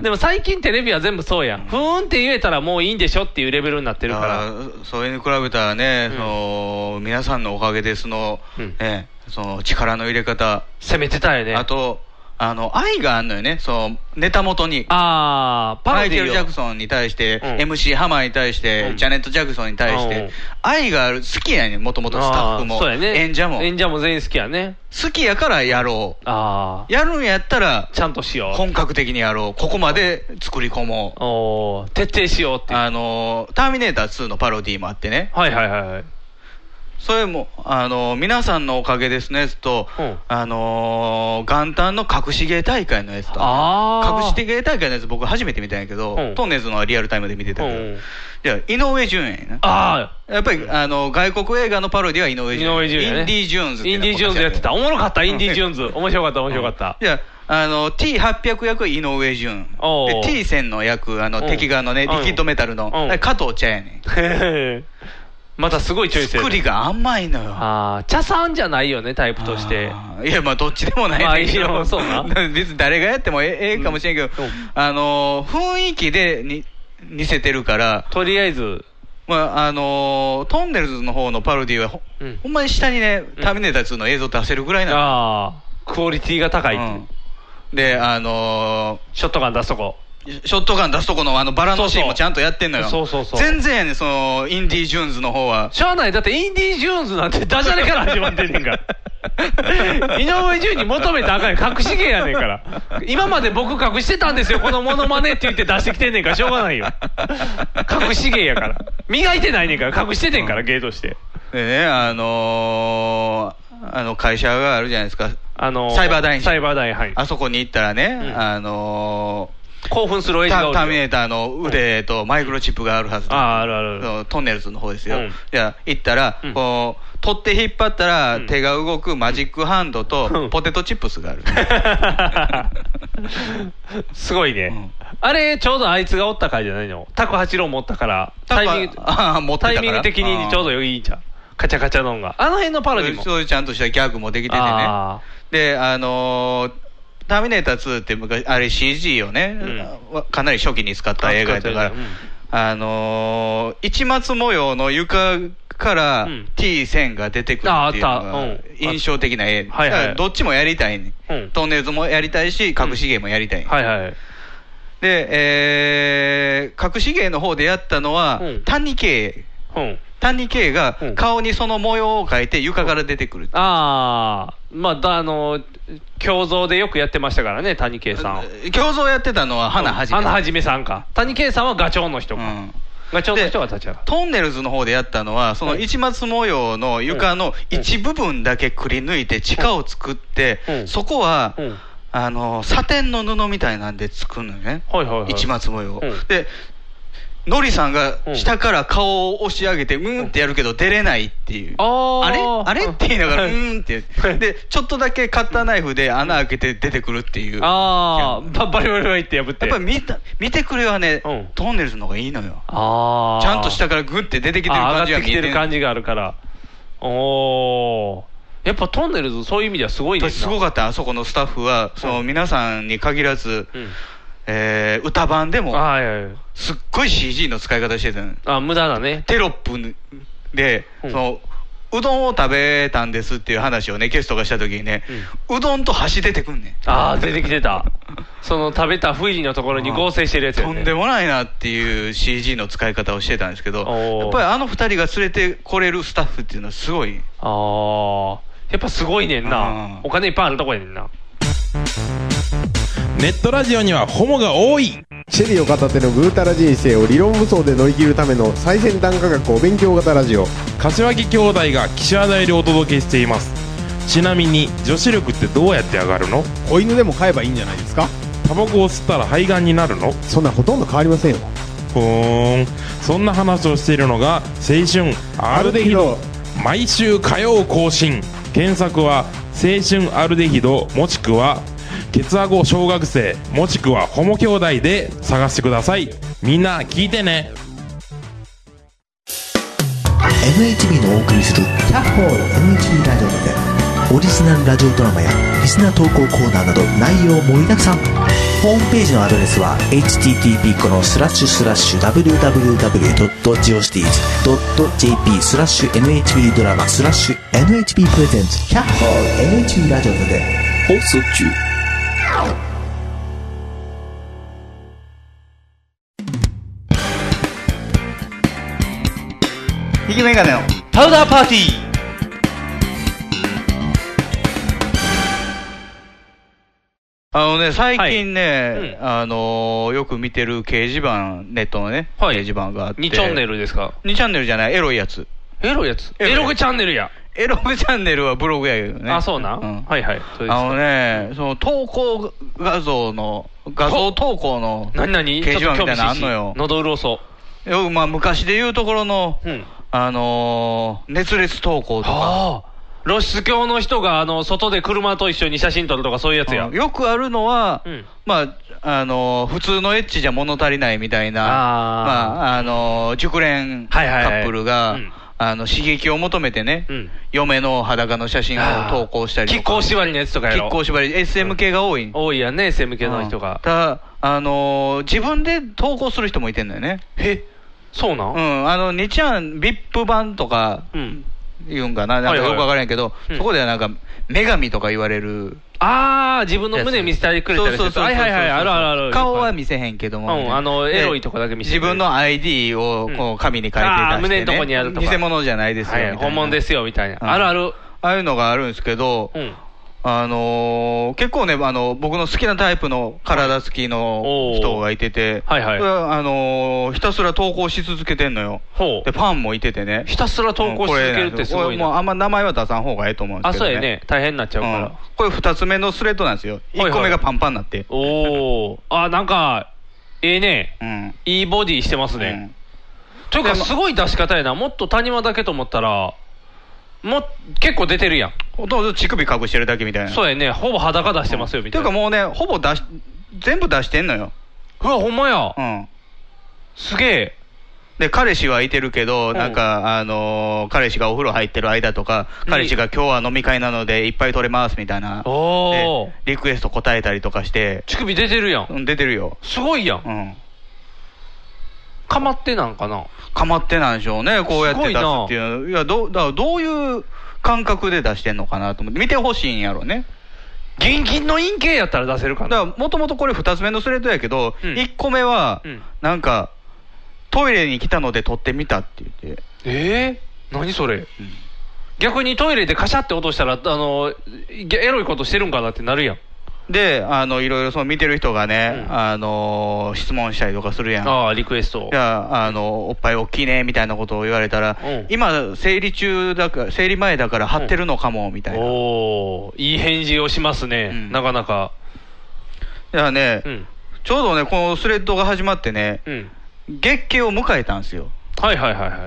C: でも最近テレビは全部そうやん。ふーんって言えたらもういいんでしょっていうレベルになってるから。
B: だからそれに比べたらね、
C: うん
B: その皆さんのおかげですの、
C: うん
B: ね、その力の入れ方、
C: 攻めてたよね。
B: あと、あの、愛があんのよね、そう、ネタ元に。
C: あー、パ
B: マ
C: ロ
B: イ
C: ディ
B: ケ
C: ーを
B: ル・ジャクソンに対して、
C: うん
B: MC ハマーに対して、
C: うん
B: ジャネット・ジャクソンに対し
C: うん
B: て、愛がある、好きやねん、もともとスタッフ
C: あー
B: も、
C: そうやね
B: 演者も。
C: 演者も全員好きやね。
B: 好きやからやろ
C: あ
B: う。やるんやったら
C: ー、、ちゃんとしよう。
B: 本格的にやろう。ここまで作り込もう。
C: おー、徹底しようっていう。
B: あのー、ターミネーター2のパロディーもあってね。
C: はいはいはいはい。
B: それも、あのー、皆さんのおかげですのやつと、
C: うん
B: あのー、元旦の隠し芸大会のやつと、
C: あー
B: 隠し芸大会のやつ僕初めて見たんやけど、
C: うん
B: トンネルズのはリアルタイムで見てたけど、
C: うん
B: いや、井上順やな。
C: あ
B: やっぱり、あの、外国映画のパロディは井上
C: ー、
B: 順。
C: 井上順やね。
B: インディ・ジューンズ。
C: インディ・ジューンズやってた。おもろかった、インディ・ジューンズ。面白かった、面
B: うん。
C: 白かった。
B: いや、あの、T800 役は井上順。
C: おー
B: で、T1000 の役、あ
C: う
B: の、
C: ん
B: 敵側のね、
C: うん
B: リキッドメタルの
C: うん、
B: あれ加藤茶やねん。
C: へへへ またすごいチョイスやね
B: 作りが甘いのよ。
C: ああ、茶さんじゃないよね、タイプとして。
B: あーいや、まあ、どっちでもない
C: まあ
B: ねんけど
C: いやそうな
B: 別に誰がやってもええええかもしれんけど
C: うんうん、
B: あの、雰囲気でに似せてるから、
C: とりあえず、
B: まあ、あのートンネルズの方のパロディはほ、
C: うん
B: ほんまに下にね、
C: うん
B: ターミネーター2の映像出せるぐらいなの。
C: ああ、クオリティが高いっていう
B: うんで、あの
C: ショットガン出すとこ。
B: ーショットガン出すとこのあのバラのシーンもちゃんとやってんのよ。
C: そうそうそう
B: 全然やねんその、インディ・ジューンズの方は。
C: しゃあない、だってインディ・ジューンズなんてダジャレから始まってんね んから。井上順に求めたらあかんよ隠し芸やねんから。今まで僕隠してたんですよ、このモノマネって言って出してきてんねんから、しょうがないよ。隠し芸やから。磨いてないねんから、隠しててんから、芸として。
B: でね、あのーあの会社があるじゃないですか。
C: あの
B: サイバーダイン
C: サイバーダイン、はい。
B: あそこに行ったらね、
C: うん
B: あの
C: 興奮する
B: ー
C: 親
B: タ
C: 父がお
B: ターミ
C: る
B: ネ
C: よ。
B: ーターの腕とマイクロチップがあるはずだ
C: ああ、あるあるあ
B: そ
C: る。
B: のトンネルズの方ですよ、
C: うん
B: いや行ったら、
C: うん
B: こう取って引っ張ったら、
C: うん
B: 手が動くマジックハンド
C: う
B: と
C: ん
B: ポテトチップスが ある、
C: すごいね、
B: うん
C: あれちょうどあいつがおった回じゃないのタク八郎もおったからタ
B: タク
C: イミング
B: あー持ってた
C: タ
B: から
C: イミング的にちょうどいいんちゃうカチャカチャのんがあの辺のパロディも
B: そういうちゃんとしたギャグもできててね
C: あ
B: であのーターミネーター2」って昔あれ CG をね、
C: う
B: かなり初期に使った映画やったから、
C: 使ってるね
B: あのー市松模様の床から
C: うん
B: T 線が出てくるっていうの
C: ああっ
B: が
C: たうん
B: 印象的な絵、
C: あはいはい
B: だからどっちもやりたいね、
C: うん
B: トンネルズもやりたいし隠し芸もやりたい、
C: ーはいはい
B: で、えー、隠し芸の方でやったのは、
C: うん
B: 谷圭、
C: うん
B: 谷圭が
C: うん
B: 顔にその模様を描いて床から出てくる。
C: ああまあだあの胸像でよくやってましたからね谷圭さんを
B: 胸像やってたのは花はじめ。
C: 花はじめさんか谷圭さんはガチョウの人か、
B: うん
C: ガチョウの
B: で
C: 人が立ち上がる
B: トンネルズの方でやったのは、その市松模様の床の一部分だけくり抜いて、地下を作って、
C: うん
B: そこは、
C: うん
B: あのサテンの布みたいなんで作るのね、
C: はいはいはい
B: 市松模様、
C: うん
B: でのりさんが
C: うん
B: 下から顔を押し上げてうーんってやるけど出れないっていう、
C: あ
B: あれ
C: ー
B: あれって言いながらう
C: はい
B: ーんって言ってでちょっとだけカッターナイフで穴開けて出てくるっていうやっ
C: ああバリバリバリって破って
B: ぱり見た見てくれはね、
C: うん
B: トンネルズの方がいいのよ
C: あー
B: ちゃんと下からグッて出てきてる
C: あ
B: 感
C: ー
B: じ
C: 上が
B: が
C: ってきてる感じがあるからおーやっぱトンネルズそういう意味ではすごいです
B: すごかったあそこのスタッフはその皆さんに限らず、
C: うん
B: えー歌版で
C: あー
B: も
C: はいはいはい
B: すっごい CG の使い方してたの
C: あ無駄だね
B: テロップで、
C: うん
B: そのうどんを食べたんですっていう話をね、ゲストがした時にね、うどんと箸出てくんねん。
C: ああ出てき てたその食べた不意のところに合成してるやつや、
B: と
C: ね、
B: んでもないなっていう CG の使い方をしてたんですけど、や
C: おー
B: っぱりあの二人が連れてこれるスタッフっていうのはすごい。
C: ああやっぱすごいねんな
B: うん
C: お金いっぱいあるとこやねんな
D: ネットラジオにはホモが多い
E: シェリーを片手のぐうたら人生を理論武装で乗り切るための最先端科学お勉強型ラジオ
D: 柏木兄弟が岸和田よりお届けしていますちなみに女子力ってどうやって上がるの
E: 子犬でも飼えばいいんじゃないですか
D: タバコを吸ったら肺がんになるの
E: そんなほとんど変わりませんよ
D: ふーんそんな話をしているのが青春アルデヒド毎週火曜更新検索は青春アルデヒドもしくはケツアゴ小学生もしくはホモ兄弟で探してくださいみんな聞いてね
F: NHB のお送りする「キャッホール NHB ラジオ」でオリジナルラジオドラマやリスナー投稿コーナーなど内容盛りだくさんホームページのアドレスは http このスラッシュスラッシュ www.geocities.jp スラッシュ NHB ドラマスラッシュ NHB プレゼンツキャッホール NHB ラジオで放送中
G: ひげメガネの
C: パウダーパーティー
B: あのね、最近ね、
C: う
B: あのーよく見てる掲示板、ネットのね、
C: はい
B: 掲示板があって。
C: 2チャンネルですか
B: 2チャンネルじゃない、エロいやつ。
C: エロいやつ
B: エロい
C: エログチャンネルや、
B: エロチャンネルはブログやけどね。
C: あそうなん、
B: ん
C: はいはいそうです
B: あのね、その投稿画像の、画像投稿の
C: 何何
B: 掲示板みたいなのあんのよ。
C: 喉潤そ
B: よくまあ昔で言うところの、
C: ううん
B: あのー熱烈投稿とか。
C: ああ露出狂の人があの外で車と一緒に写真撮るとかそういうやつや、
B: うんよくあるのは、
C: うん
B: まあ、あのー普通のエッチじゃ物足りないみたいな、
C: あー
B: まあ、あのー熟練カ
C: はいはいはい
B: ップルが、
C: うん
B: あの、刺激を求めてね、
C: うん
B: 嫁の裸の写真を投稿したりと
C: 亀
B: か。
C: 甲縛りのやつとかやろ
B: 亀甲縛り、SM 系が多い。
C: 多いやんね SM 系の人
B: うん
C: が、
B: ただ、あのー自分で投稿する人もいてんだよね。
C: えそうなん、
B: うん、あの、2ちゃん、VIP 版とか
C: うん
B: 言うんかな、なん
C: はい
B: か
C: はい
B: よくわからんやけど、
C: うん
B: そこではなんか、女神とか言われる。
C: ああ自分の胸見せてくれたりするやつはいはいはいあるあるある
B: 顔は見
C: せ
B: せへんけども。
C: うん
B: みたいな
C: あの
B: で
C: エロいとこだけ見せて
B: 自分の ID をこ
C: うん
B: う紙に書いて出して、ね
C: あー胸のとこにあるとか
B: 偽物じゃないですよ、
C: は
B: み
C: い
B: たいな
C: 本物ですよみたいな、
B: うん
C: あるある
B: ああいうのがあるんですけど、
C: うん
B: あのー結構ね、あの僕の好きなタイプの体つきの人がいてて、
C: はいはい
B: それはあのーひたすら投稿し続けてんのよ。
C: ほう
B: で、ファンもいててね。
C: ひたすら投稿し続けるってす
B: こ
C: ご
B: れ
C: い
B: もう
C: な
B: あんま名前は出さん方がええと思うんで
C: あ
B: すけど、
C: そう
B: ね。
C: やね大変になっちゃうから、
B: うんこれ二つ目のスレッドなんですよ。
C: はいはい
B: 一個目がパンパンになって。
C: おおあなんかええね
B: うん。
C: いいボディしてますね、というか、
B: でも
C: すごい出し方やな、もっと谷間だけと思ったら、もう結構出てるやん、
B: ほとんど乳首隠してるだけみたいな。
C: そうやね、ほぼ裸出してますよ、み
B: て
C: た
B: い
C: いうな。
B: かもうね、ほぼ出し、全部出してんのよ。
C: うわ、ほんまや
B: う、ん。
C: すげえ、
B: で、彼氏はいてるけど、
C: ん
B: なんか、あのー彼氏がお風呂入ってる間とか、彼氏が今日は飲み会なのでいっぱい取れますみたいな。
C: おー
B: でリクエスト答えたりとかして、
C: 乳首出てるや、
B: うんん出てるよ。
C: すごいや、
B: うんん。
C: かまってなんかな、
B: かまってなんでしょうね、こうやって出すっていうの。いや、どう、だからどういう感覚で出してんのかなと思って、見てほしいんやろね。
C: 現金の陰茎やったら出せるか
B: だから、
C: な、
B: もともとこれ2つ目のスレッドやけど、
C: うん
B: 1個目は
C: うん、
B: なんか、トイレに来たので撮ってみたって言って。
C: えー、何それ、逆にトイレでカシャって落としたら、あのエロいことしてるんかなってなるやん、
B: で、あの、いろいろその見てる人がね、
C: うん
B: あのー質問したりとかするやん。
C: ああ、リクエスト
B: じ、ゃあ、あの、おっぱい大きいね、みたいなことを言われたら、
C: うん
B: 今、生理中だから、生理前だから張ってるのかも、みたいな。だ
C: おお、いい返事をしますね、
B: うん
C: なかなか。
B: からね、
C: うん
B: ちょうどね、このスレッドが始まってね、
C: うん
B: 月経を迎えたんですよ。
C: はいはいはいはい。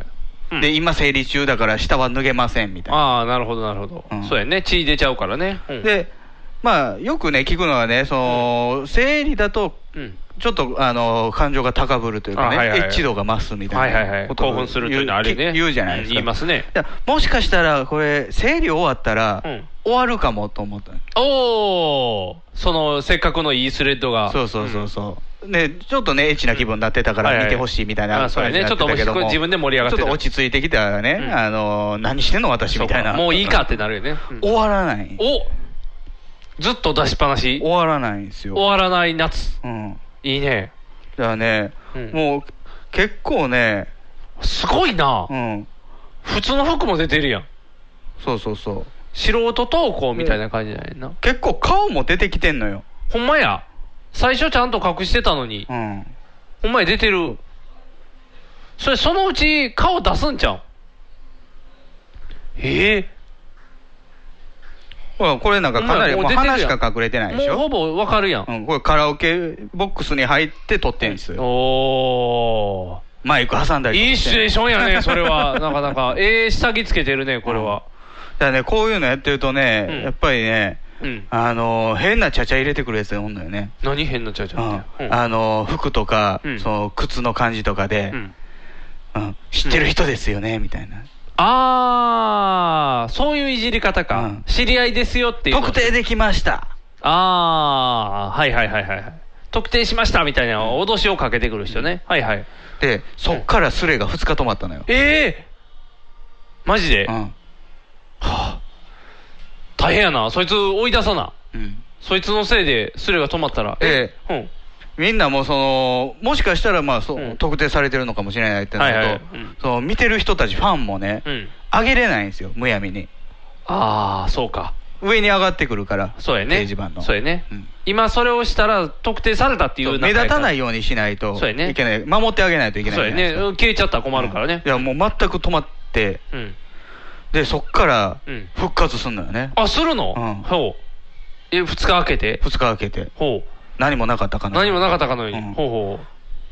C: うん
B: で、今生理中だから下は脱げません、みたいな。
C: ああ、なるほど、なるほど、
B: うん
C: そうやね、血出ちゃうからね。うん、
B: で、まあ、よくね、聞くのはね、その、生理だと、
C: うん、
B: ちょっと、あの、感情が高ぶるというかね、
C: あはいはいはい
B: エッチ度が増すみた
C: はいいはいは、
B: ないことを
C: 興奮するというのはあれ
B: 言
C: ね、
B: う言うじゃないですか。
C: ん言いますね。
B: いやもしかしたら、これ、生理終わったら、
C: うん
B: 終わるかもと思ったの
C: おお、そのせっかくのいいスレッドが、
B: そうそうそうそう、ね、ちょっとね、エッチな気分になってたか
C: うん
B: ら、見てほしいみたいな、
C: はいはいあそうやね
B: 感じになたけども
C: ちょっと自分で盛り上がって
B: ち
C: た
B: ょっと落ち着いてきたらね、
C: うん
B: あの何してんの、私
C: そ
B: み
C: うか
B: たいな、
C: もういいかってなるよね。うん
B: 終わらない、
C: おずっと出しっぱなし
B: 終、わらないんです
C: 終
B: よ、
C: わらない夏、
B: うん、
C: いいね、
B: だからね、
C: うん
B: もう結構ね、
C: すごいな、
B: うん、
C: 普通の服も出てるやん、
B: そうそうそう、
C: 素人投稿みたいな感じじゃないな、
B: 結構顔も出てきてんのよ、
C: ほんまや、最初ちゃんと隠してたのに
B: う、ん、
C: ほんまに出てる。それ、そのうち顔出すんちゃうえ
B: ほらこれなんかかなり、
C: ほん
B: もう
C: まやもう出てるやん
B: 鼻しか隠れて
C: え
B: ないでし
C: もう
B: ょ、
C: ほぼわかるやん。
B: うん、これカラオケボックスに入って撮ってんですよ、
C: お
B: マイク挟んだ
C: ー。
B: りとか
C: いい
B: し
C: シ
B: て
C: チュエーション やね、それは。なかなか。ええ下着つけてるね、これは。
B: だからね、こういうのやってるとね、
C: うん
B: やっぱりね、
C: うん。
B: あのー変なちゃちゃ入れてくるやつがおんのよね。
C: 何変なちゃうち
B: うん
C: ゃうって。
B: あのー服とか、
C: うん
B: その靴の感じとかで、
C: う
B: うん
C: うんん
B: 知ってる人ですよね、みたいな。
C: あー、そういういじり方
B: う
C: か
B: ん。
C: 知り合いですよっていうの。
B: 特定できました。
C: あー、はいはいはいはいはい。特定しましたみたいな脅しをかけてくる人ね。はいはい。
B: で、そっからスレが2日止まったのよ。
C: ええマジで
B: うん。
C: 大変やな、そいつ追い出さな。
B: うん
C: そいつのせいでスレが止まったら、
B: え
C: え、
B: みんなもそのもしかしたらまあそう、
C: うん
B: 特定されてるのかもしれないってなると、
C: はいはいうん
B: その見てる人たちファンもね、
C: うん、うん、
B: 上げれないんですよむやみに
C: ああ、そうか、
B: 上に上がってくるから
C: そうやね、
B: 掲示板の
C: そうやね、
B: うん
C: 今、それをしたら特定されたってい
B: そうう目立たない
C: よ
B: ようにしないと
C: そうやね
B: いけない、守ってあげないといけない
C: そう
B: じゃ
C: や
B: ない
C: ね、
B: ですか
C: うん消えちゃったら困るからね
B: い、やもう全く止まって
C: うん、
B: でそっから
C: うん
B: 復活すんのよね、
C: あ、するの、
B: うん
C: ほう、え、2日開けて、
B: 2日空けて
C: ほ
B: 何もなかったか
C: う、
B: な
C: 何もなかったかのように、
B: うん
C: ほうほう、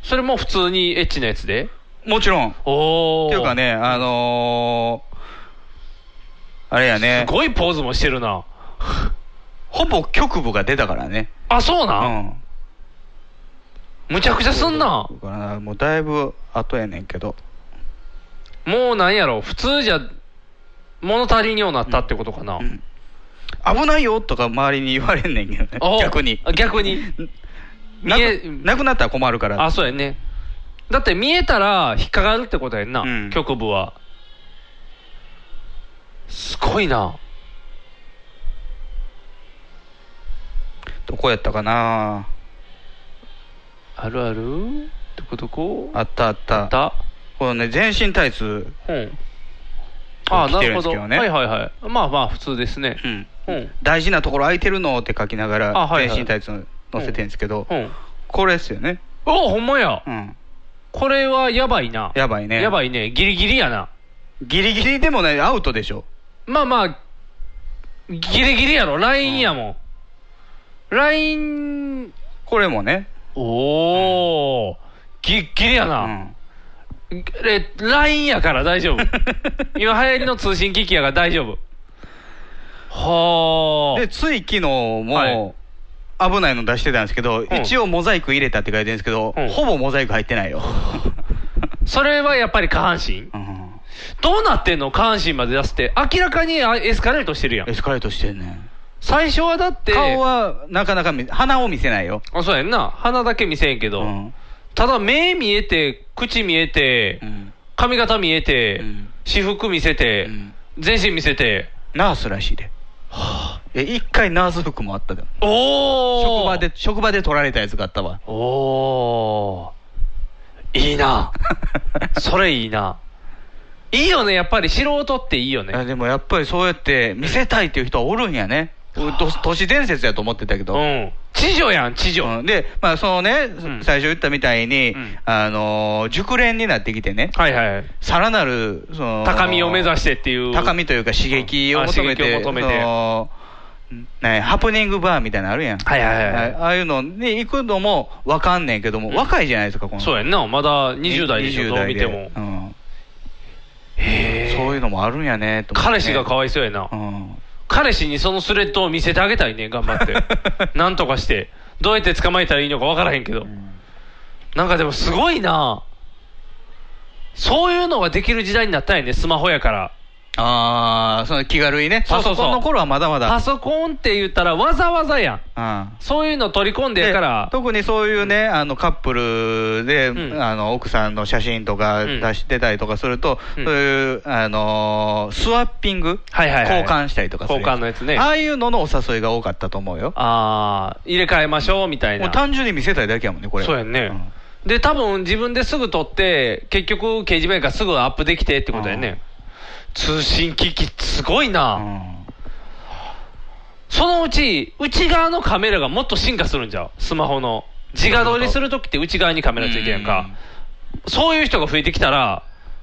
C: それも普通にエッチなやつで、
B: もちろんっ
C: おお、
B: ていうか、ねあのー、あれやね
C: すごいポーズもしてるな、
B: ほぼ局部が出たからね
C: あ、そうな、
B: うんん
C: むちゃくちゃすんな。
B: だからもうだいぶ後やねんけど
C: もうなんやろ、普通じゃ物足りんようになったってことかな。
B: うん危ないよとか周りに言われんねんけどね
C: お
B: 逆に
C: あ逆に。
B: な
C: 見え
B: くなくなったら困るから
C: あ、そうやね。だって見えたら引っかかるってことやんな、
B: うん
C: 局部は。すごいな。
B: どこやったかな
C: あるあるどこどこ
B: あったあった
C: だ。
B: このね全身タイツ
C: うん。あ
B: 来
C: な
B: てる
C: る
B: んで
C: ほ
B: す
C: ど。
B: けどね
C: はいはいはい。まあまあ、普通ですね。
B: うん
C: うん。
B: 大事なところ空いてるのって書きなが
C: あ
B: ら
C: はいはい
B: 全身タイツ載せてるんですけど
C: うん。
B: これですよね
C: おほんまや
B: う。ん
C: これはやばいな。
B: やばいね
C: やばいね。ギリギリやな。
B: ギリギリでもねアウトでしょ
C: まあまあ、ギリギリやろ、ラインやもん。ライン、
B: これもね
C: おー、ギリギリや
B: う
C: な。
B: ん
C: え、ラインやから大 丈夫。今流行りの通信機器やから大丈夫。は
B: で
C: ー。
B: つい昨日
C: はい
B: も危ないの出してたんですけど
C: ん
B: 一応モザイク入れたって書いてるんですけど
C: うん
B: ほぼモザイク入ってないよ
C: それはやっぱり下半身
B: うん
C: どうなってんの下半身まで出すって。明らかにあエスカレートしてるやん
B: エ。スカレートしてるね
C: 最初はだって、
B: 顔はなかなか見鼻を見せないよ
C: あ、そうやんな。鼻だけ見せんけど。
B: うん
C: ただ目見えて、口見えて、
B: うん
C: 髪型見えて、
B: うん
C: 私服見せて、
B: うん
C: 全身見せて、
B: ナースらしいでえ一回ナース服もあったで
C: おー
B: 職場で職場で取られたやつがあった わ
C: おーい いなそれいいないいよねやっぱり素人っていいよ
B: あ
C: ね
B: でもやっぱりそうやって見せたいっていう人はおるんやね、俺都都市伝説やと思ってたけ
C: う
B: ど、
C: ん知女やん知女、
B: うんで、まあ、そのね、
C: ん
B: 最初言ったみたいに、
C: うん
B: あのー熟練になってきてね、
C: はいはい
B: さらなるその
C: 高みを目指してっていう
B: 高みというか、刺激を求め
C: うんあ
B: て、
C: 刺激を求めて
B: そのね、ハプニングバーみたいなのあるやん、
C: はいはいはい
B: あああいうのに行くのも分かんねんけども、
C: うん
B: 若いじゃないですか、この
C: そうやんなまだ20代でし
B: 20
C: ょどう見ても
B: で、うん
C: へ
B: そういうのもあるんやねと思ってね
C: 彼氏がかわいそうやな、
B: うん
C: 彼氏にそのスレッドを見せてあげたいね頑 張ってなんとかしてどうやって捕まえたらいいのか分からへんけど、なんかでもすごいなそういうのができる時代になったんやねスマホやから
B: ああ、その気軽にね。
C: そう
B: パ
C: そうそ
B: ソ
C: う
B: コンの頃はまだまだ。
C: パソコンって言ったらわざわざやん
B: うん
C: そういうの取り込んでやから
B: で特にそういうね、あのカップルで、
C: うん
B: あの奥さんの写真とか
C: うん
B: 出してたりとかすると、
C: うん
B: そういう、あのースワッピング、
C: はいはいはい
B: 交換したりとかする
C: 交換のやつね
B: ああいうののお誘いが多かったと思うよ。
C: ああ入れ替えましょうみたい
B: も
C: な
B: う単純に見せたいだけやもんね、これ。
C: そうやんね、で多分自分ですぐ撮って結局掲示板からすぐアップできてってことやね、通信機器すごいな、
B: うんうん
C: そのうち、内側のカメラがもっと進化するんじゃうスマホの。自画撮りするときって内側にカメラついてるやんか。そういう人が増えてきたら、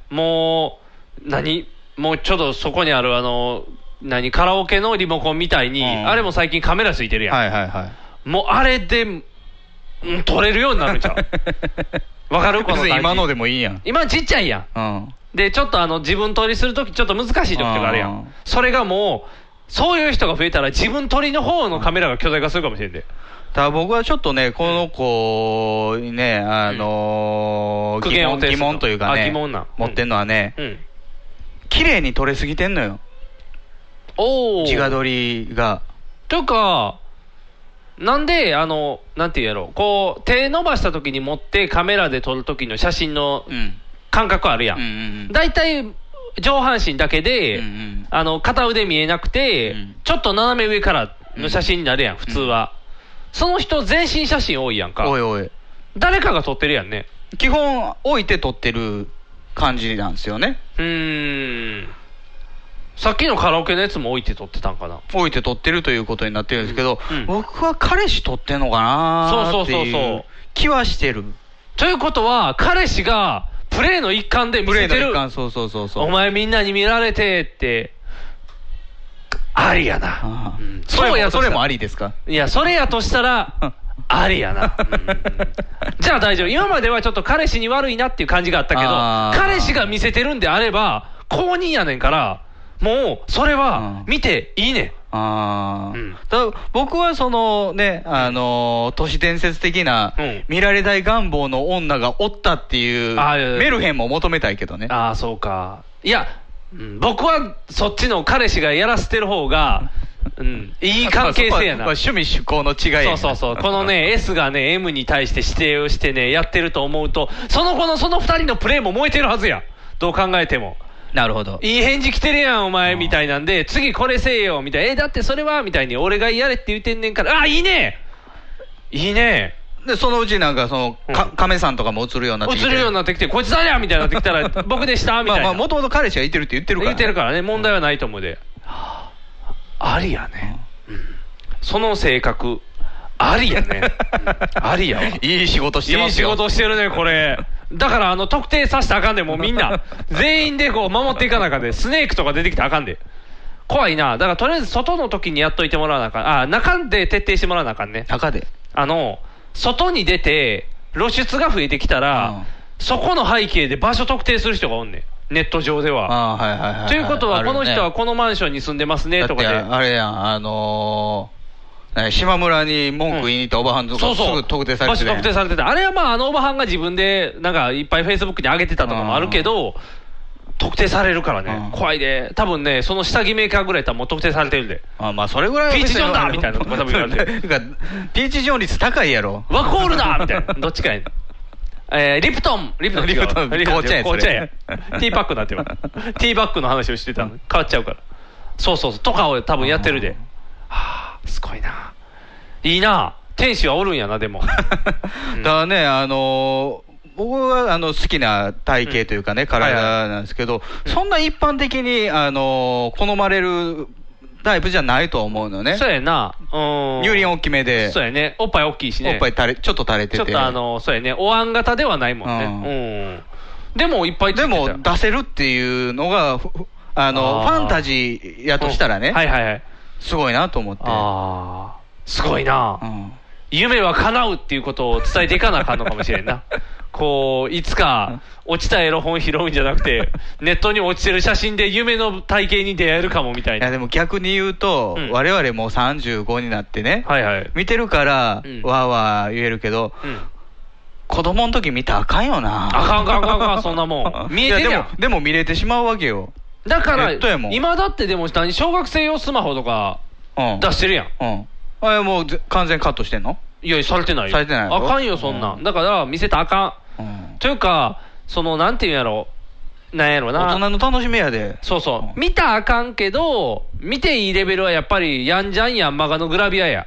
C: もう、何もうちょっとそこにあるあの、何カラオケのリモコンみたいに、
B: うん
C: あれも最近カメラついてるやん。
B: はいはいはい。
C: もうあれで、うん撮れるようになるん ちゃうわかるこ
B: 別
C: の感じ
B: に今のでもいいやん。
C: 今ちっちゃいやん。
B: うん。
C: で、ちょっとあの、自分撮りするときちょっと難しいときとかあるや
B: うん
C: ん。それがもう、そういう人が増えたら自分撮りの方のカメラが巨大化するかもしれんで。
B: ただ僕はちょっとね、この子にね、あのー
C: 苦
B: 疑
C: 言を
B: 問
C: 呈する
B: 疑問というかね、
C: あ疑問なん
B: 持ってんのはね、
C: うん。
B: 綺麗に撮れすぎてんのよ、
C: おお。
B: 自画撮りが。
C: というか、なんで、あの、なんて言うやろう、こう、手伸ばした時に持ってカメラで撮る時の写真の
B: うん。
C: 感覚あるや。
B: うんうんん
C: 大体、上半身だけで、
B: うんうん
C: あの、片腕見えなくて、
B: うん
C: ちょっと斜め上からの写真になるやん、普通は。その人、全身写真多いやんか。
B: おいおい。
C: 誰かが撮ってるやんね。
B: 基本、置いて撮ってる感じなんですよね。
C: うーん。さっきのカラオケのやつも置いて撮ってたんかな。
B: 置いて撮ってるということになってるんですけど、
C: うんうん
B: 僕は彼氏撮ってんのかな
C: そ
B: ー
C: う
B: っ
C: そうそうそう
B: ていう気はしてる。
C: ということは、彼氏がプレイの一環で見
B: ブレ
C: せ
B: ード
C: てる
B: 一。貫、そうそうそうそう。
C: お前みんなに見られてって、ありやな。
B: ああ
C: うん
B: それ
C: そうや
B: もそ
C: としたら
B: れもありですか
C: いや、それやとしたら、ありやな。うんじゃあ大丈夫。今まではちょっと彼氏に悪いなっていう感じがあったけど
B: あ、ー
C: 彼氏が見せてるんであれば、公認やねんから、もう、それは
B: うん
C: 見ていいねん。
B: ああ、
C: うん
B: だ僕はそのね、あのー都市伝説的な、
C: うん
B: 見られたい願望の女がおったっていう、
C: あーいやいや
B: メルヘンも求めたいけどね。
C: ああ、そうか。いや、うん僕はそっちの彼氏がやらせてる方が、うん、いい関係性や な
B: まあ。そこは趣味趣向の違いや
C: そ
B: な
C: うそうそう。この ね、S がね、M に対して指定をしてね、やってると思うと、その子のその二人のプレーも燃えてるはずや。どう考えても。
B: なるほど。
C: いい返事来てるやん、お前、みたいなんで、次これせえよ、みたいな。え、だってそれは、みたいに、俺がやれって言うてんねんから、あ、いいねいいね
B: で、そのうちなんか、その、か
C: うん
B: 亀さんとかも映るようになってきて。
C: 映るようになってきて、こいつ誰やみたいになってき たら、僕でしたみた
B: ま
C: い
B: あ
C: な。
B: まあ、もともと彼氏がいてるって言ってるから、
C: 言ってるからね、問題はないと思うで。ありやね。その性格、ありや ね。うんありやわ。
B: いい仕事して
C: い
B: ま
C: い
B: す
C: 仕
B: よ。
C: 事してるね、これ。だから、あの、特定させたらあかんで、もうみ んな。全員でこう、守っていかなあかんで。スネークとか出てきたらあかんで。怖いな。だから、とりあえず、外の時にやっといてもらわなあかん。あ、中で徹底してもらわなあかんね。
B: 中で。
C: あの、外に出て、露出が増えてきたら、
B: うん
C: そこの背景で場所特定する人がおんねん。ネット上では。
B: ああ、はいはいはいはい。
C: ということは、
B: ある
C: こ
B: よね
C: の人はこのマンションに住んでますね、とか
B: だ
C: で
B: っ。てあれやん、あのー、何島村に文句言いに行ったおばはんとか、
C: そうそう。
B: すぐ特定されて
C: 場所
B: たやん
C: 特定されてた。あれはまあ、あのおばはんが自分で、なんか、いっぱいフェイスブックに上げてたとかもあるけど、特定されるからね
B: う。ん
C: 怖いで。多分ね、その下着メーカーぐらいやったらもう特定されてるで。
B: あまあ、それぐらいは別に
C: ピーチジョンだみたいなとこ多分言われて
B: なんかピーチジョン率高いやろ。
C: ワコールだみたい な。どっちかやねえーリプトンリプトン違う
B: リプトン
C: リプトン違う
B: 紅茶やんそれ
C: 紅茶やんティーパックに なってます。ティーバックの話をしてたの。変わっちゃうから。そうそうそう。とかを多分やってるで。はあ、すごいな。いいな。天使はおるんやな、で も。
B: だからね、あのー僕はあの好きな体型というかね、体なんですけど、そんな一般的に、あのー好まれるタイプじゃないとは思うのよね。
C: そうやな。うん。
B: 乳輪大きめで、
C: そうやね。おっぱい大きいしね。
B: おっぱい垂れちょっと垂れてて。
C: ちょっとあの、そうやね。お椀型ではないもんね。うん。でもいっぱいつい
B: で
C: てたよ
B: も出せるっていうのが、ふふあの
C: あー
B: ファンタジーやとしたらね、
C: はいはいはい。
B: すごいなと思って。
C: ああ。すごいな。
B: うん
C: 夢は叶うっていうことを伝えていかなあかんのかもし れんな。こう、いつか落ちたエロ本拾うんじゃなく て、ネットに落ちてる写真で夢の体型に出会えるかもみたい
B: いや
C: な。
B: でも逆に言うと、
C: うん
B: 我々もう35になってね、
C: はいはい。
B: 見てるから、
C: うん
B: わーわー言えるけど、
C: うん。
B: 子供の時見たらあかんよな。
C: あかんあかんあかんあかんそんなもん見えてるやん
B: いでも、でも見れてしまうわけよ。
C: だから
B: ネットやも、ん
C: 今だってでも何、小学生用スマホとか
B: うん。
C: 出してるやん。
B: うん。あれもうぜ完全カットしてんの
C: いや、されてないよ。
B: されてないや
C: あ
B: ろ
C: かんよ、そんなん。だから、見せたらあか
B: うん
C: ん。。というか、その、なんていうんやろ。なんやろな。
B: 大人の楽しみやで。
C: そうそうう。
B: ん
C: 見たらあかんけど、見ていいレベルはやっぱり、やんじゃんやんまがのグラビアや。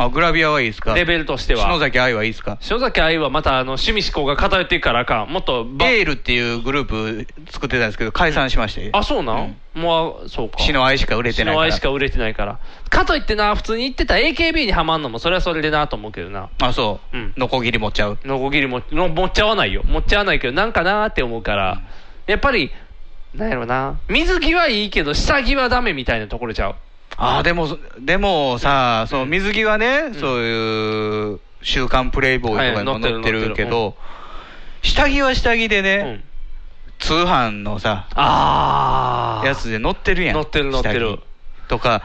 B: あ、グラビアはいいですか
C: レベルとしては。
B: 篠崎愛はいいですか
C: 塩崎愛はまたあの趣味思考が偏っていくからあかん。もっとば、
B: エールっていうグループ作ってたんですけど、解散しまして。
C: あ、そうなん、もう、そうか。
B: 篠愛しか売れてないか
C: 篠
B: ら。
C: 愛しか売れてないから。かといってな、普通に言ってた AKB にはまんのも、それはそれでなと思うけどな。
B: あ、そうう。
C: ん
B: ノコギリ持っちゃう。
C: のこぎりも、の持っちゃわないよ。持っちゃわないけど、なんかなーって思うから。やっぱり、なんやろな。水着はいいけど、下着はダメみたいなところちゃう。
B: あーでも、でもさ、その水着はね、そういう、週刊プレイボーイとかにも
C: はい
B: 載って
C: 載ってる
B: るけど、下着は下着で
C: う
B: ね
C: ん、。
B: 通販のさ、
C: あー。
B: やつで載ってるやん。
C: 載ってる載ってる
B: 下着とか、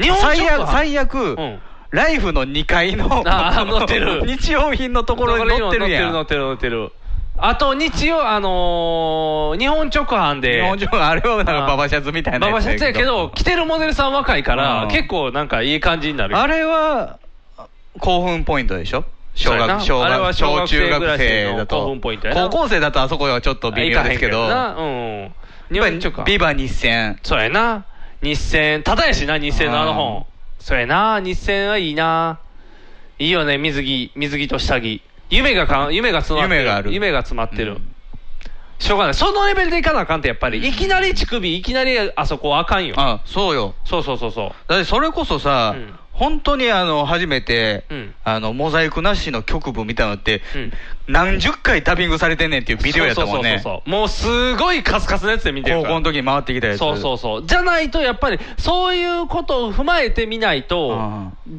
C: 日本食
B: 最
C: は
B: 悪、最悪、
C: ん
B: ライフの2階の
C: あー載ってる
B: 日用品のところに載ってるやん。
C: 乗ってる乗ってる乗ってる。あと、日曜、あのー日本直販で。
B: 日本中あれはなん
C: あ
B: か
C: ー
B: ババシャツみたいな
C: ババシャツやけど、着てるモデルさん若いか
B: う
C: ら、
B: ん
C: 結構なんかいい感じになる。
B: あれは興奮ポイントでしょ小
C: そうやな
B: 学小
C: あれは
B: 学
C: 小
B: 小
C: 学
B: 中
C: 生ぐら
B: 学
C: い
B: 生だ
C: の
B: と
C: 興奮ポイントやな
B: 高校生だとあそこはちょっと微妙ですけどや
C: いかへんけどなうん。日
B: っぱり
C: 本直
B: ビ
C: 販。
B: バ日戦
C: そうやな。日清、ただやしな、日清のあの
B: うん
C: 本。そうやな日戦はいいないいよね水着水着と下着夢がか夢が詰まってる
B: 夢がある
C: 夢が詰まってる、
B: うん
C: しょうがないそのレベルでいかなあかんってやっぱりいきなり乳首いきなりあそこはあかんよ
B: あそうよ
C: そうそうそうそ
B: だってそれこそさ、
C: うん
B: 本当にあの初めて、
C: うん
B: あのモザイクなしの局部見たのって、
C: うん
B: 何十回ダビングされてんねんっていう
C: う
B: ビデオやったもんね
C: そうそうそうそうもうすごいカスカスのやつで見てる
B: 高
C: か
B: 校
C: ら
B: の時に回ってきたやつ
C: そうそうそうじゃないとやっぱりそういうことを踏まえてみないと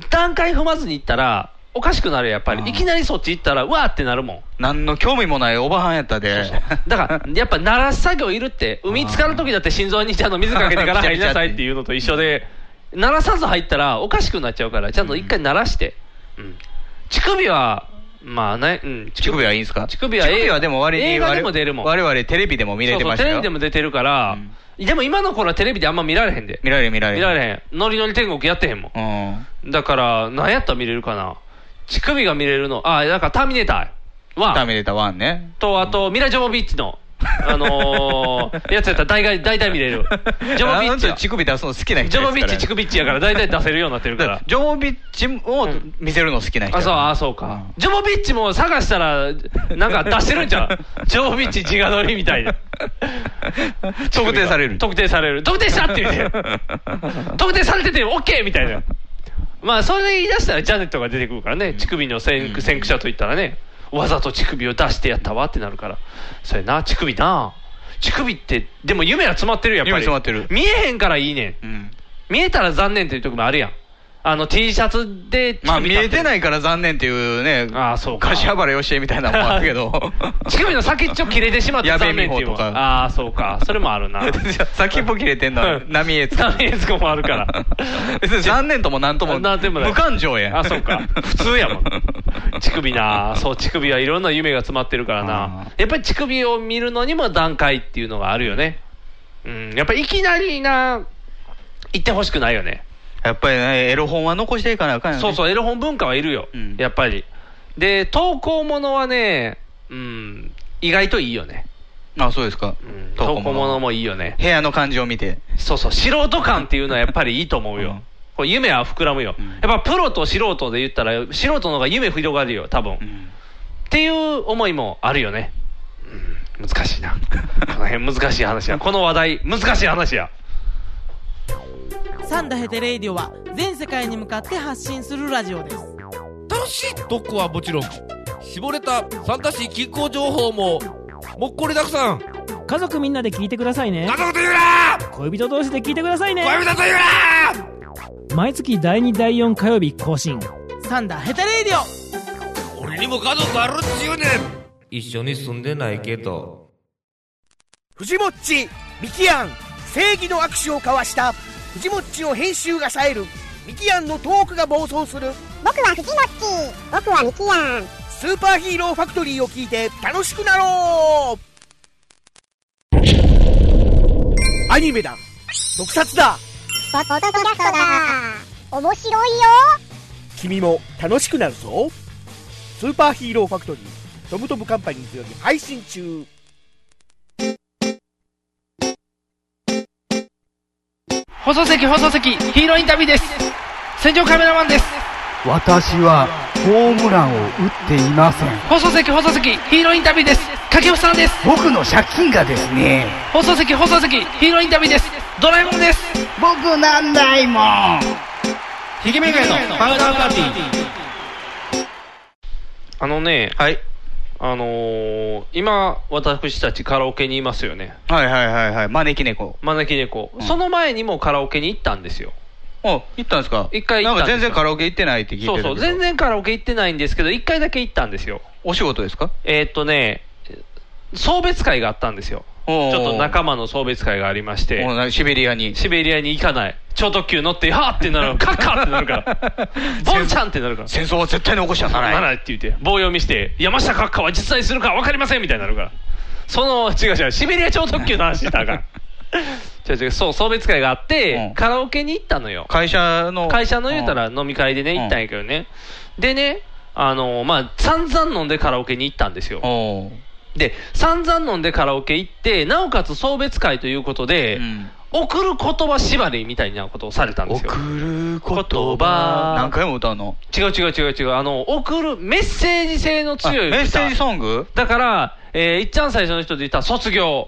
C: 段階踏まずにいったらおかしくなるよやっぱ
B: う
C: り
B: ん
C: いきなりそっち行ったらうわーってなるもん
B: 何の興味もないおばはんやったで
C: だからやっぱ鳴らす作業いるって海浸かる時だって心臓にちゃんと水かけてから入りなさいっていうのと一緒で鳴らさず入ったらおかしくなっちゃうからちゃんと一回鳴らして、うん乳首はまあね、うん、
B: 乳首はいいんすか
C: 乳首は
B: 乳首はでも割に
C: 映画でも出るもん
B: 我々テレビでも見れてました
C: そうそうテレ
B: よ
C: ビでも出てるから、でも今の頃はテレビであんま見られへんで
B: 見られる見られ
C: 見
B: る
C: られへんノリノリ天国やってへんもん
B: へん、うん、
C: だから、何やったら見れるかな。乳首が見れるの。あ、だからターミネーター
B: ダ
C: は、
B: メ出たワンね
C: と、あと、ミラ・ジョボビッチの、あの ー、やつやったら大概、大体見れる。ジョボビッチ
B: あの人
C: は、
B: 乳首出すの好きな人
C: ジョボビッチ、
B: 首
C: 乳首っちやから大体出せるようになってるから。
B: ジョボビッチを見せるの好きな人や
C: あ、そ
B: か
C: う、
B: ら
C: あ、そうか。ジョボビッチも探したら、なんか出してるんちゃ うジョボビッチ自我取りみたいで。
B: 特定される
C: 特定される。特定したってみたいな。 特定されてて、オッケーみたいな。まあ、それ言い出したらジャネットが出てくるからね。乳首の先駆先駆者といったらね。わざと乳首を出してやったわってなるから。それな、乳首な。乳首って、でも夢は詰まってるやっぱり。
B: 夢は詰まってる
C: 見えへんからいいねん。
B: うん
C: 見えたら残念っていう時もあるやん。あの、T シャツで乳首立ってる
B: まあ見えてないから残念っていうね、
C: ああそうか
B: 柏原よしえみたいなのもあったけ ど、
C: 乳首の先っちょ切れてしまって
B: やべえ
C: 残念っていうの
B: 美穂とか
C: はああそうかそれもあるな
B: 先っぽ切れてんのは波江 つ
C: 残念つかもあるから
B: 別に残念ともなんとも、
C: なんでもない
B: 無感情やん。
C: あそうか普 通やもん乳首なそう乳首はいろんな夢が詰まってるから
B: あ
C: なやっぱり乳首を見るのにも段階っていうのがあるよねうんやっぱりいきなりな行ってほしくないよね
B: やっぱりね、エロ本は残していかなあかんよね。
C: そう
B: う。
C: そう、エロ本文化はいるよ、
B: うん
C: やっぱり。で、投稿ものはね、うん、意外といいよね。
B: あ、そうですか
C: うん。
B: 投
C: 投
B: 稿
C: 稿もの
B: 物
C: もいいよね。
B: 部屋の感じを見て。
C: そうそう、素人感っていうのはやっぱりいいと思うよ。
B: うん
C: これ夢は膨らむよ、
B: うん
C: やっぱプロと素人で言ったら、素人の方が夢広がるよ、多分、っていう思いもあるよね。うん、難しいな。この辺難しい話や。この話題、難しい話や。
G: サンダヘテレイディオは全世界に向かって発信するラジオです
H: 楽しい特攻はもちろん絞れた参加し気候情報ももっこりだくさん
I: 家族みんなで聞いてくださいね
H: 家族と言うな
I: 恋人同士で聞いてくださいね
H: 恋人と言うな
I: 毎月第2第4火曜日更新
G: サンダヘテレイディオ
H: 俺にも家族あるっちゅうねん一緒に住んでないけど
J: 藤もっちミキアン正義の握手を交わした藤もっちの編集が冴えるミキアンのトークが暴走する
K: 僕はフジモッチ僕はミキヤン
J: スーパーヒーローファクトリーを聞いて楽しくなろうアニメだ特撮だ
K: ポッドキャストだ面白いよ
J: 君も楽しくなるぞスーパーヒーローファクトリートムトムカンパニーズより配信中
C: 放送席、放送席、ヒーローインタビューです。戦場カメラマンです。私はホームランを打っていません。放送席、放送席、ヒーローインタビューです。掛布さんです。僕の借金がですね。放送席、放送席、ヒーローインタビューです。ドラえもんです。僕なんだいもん。ひげめがのパウダーパーティー。あのね、
B: はい。
C: あのー今、私たちカラオケにいますよね。
B: はいはいはいはい。招き猫。
C: 招き猫。
B: うん
C: その前にもカラオケに行ったんですよ。
B: お、行ったんですか
C: 一回行
B: な
C: っ
B: ん
C: たん
B: か
C: です
B: 全
C: よ
B: 然カラオケ行ってないって聞いてる
C: そう
B: けど
C: そう、全。然カラオケ行ってないんですけど、一回だけ行ったんですよ。
B: お仕事ですか
C: えーっとね、送別会があったんですよ。
B: ち
C: ち
B: ょ
C: ょっと仲間の送別会がありまして、
B: シベリアに。
C: シベリアに行かない。超特急乗って、はーってな る。カッカーってなるから。ボンちゃんってなるから。
B: 戦争は絶対に起こしちゃなら
C: な
B: ない。
C: らって言って、棒読みして、山下閣下は実在するか分かりませんみたいになるから。その、違う違う、シベリア超特急の話したらあ かん。違う違う、そう、送別会があって、
B: うん
C: カラオケに行ったのよ。
B: 会社の。
C: 会社の言うた
B: う
C: ら飲み会でね、
B: うん
C: 行ったんやけどね。でね、あの、まあ、散々飲んでカラオケに行ったんですよ
B: ん。。おー
C: で、散々飲んでカラオケ行って、なおかつ送別会ということで、
B: うん
C: 送る言葉縛りみたいなことをされたんですよ。送る言葉。
B: 何回も歌うの
C: 違う違う違う違う。あの、送るメッセージ性の強い
B: あメッセージ
C: ソングだから、えーいっちゃん最初の人で言ったら卒業。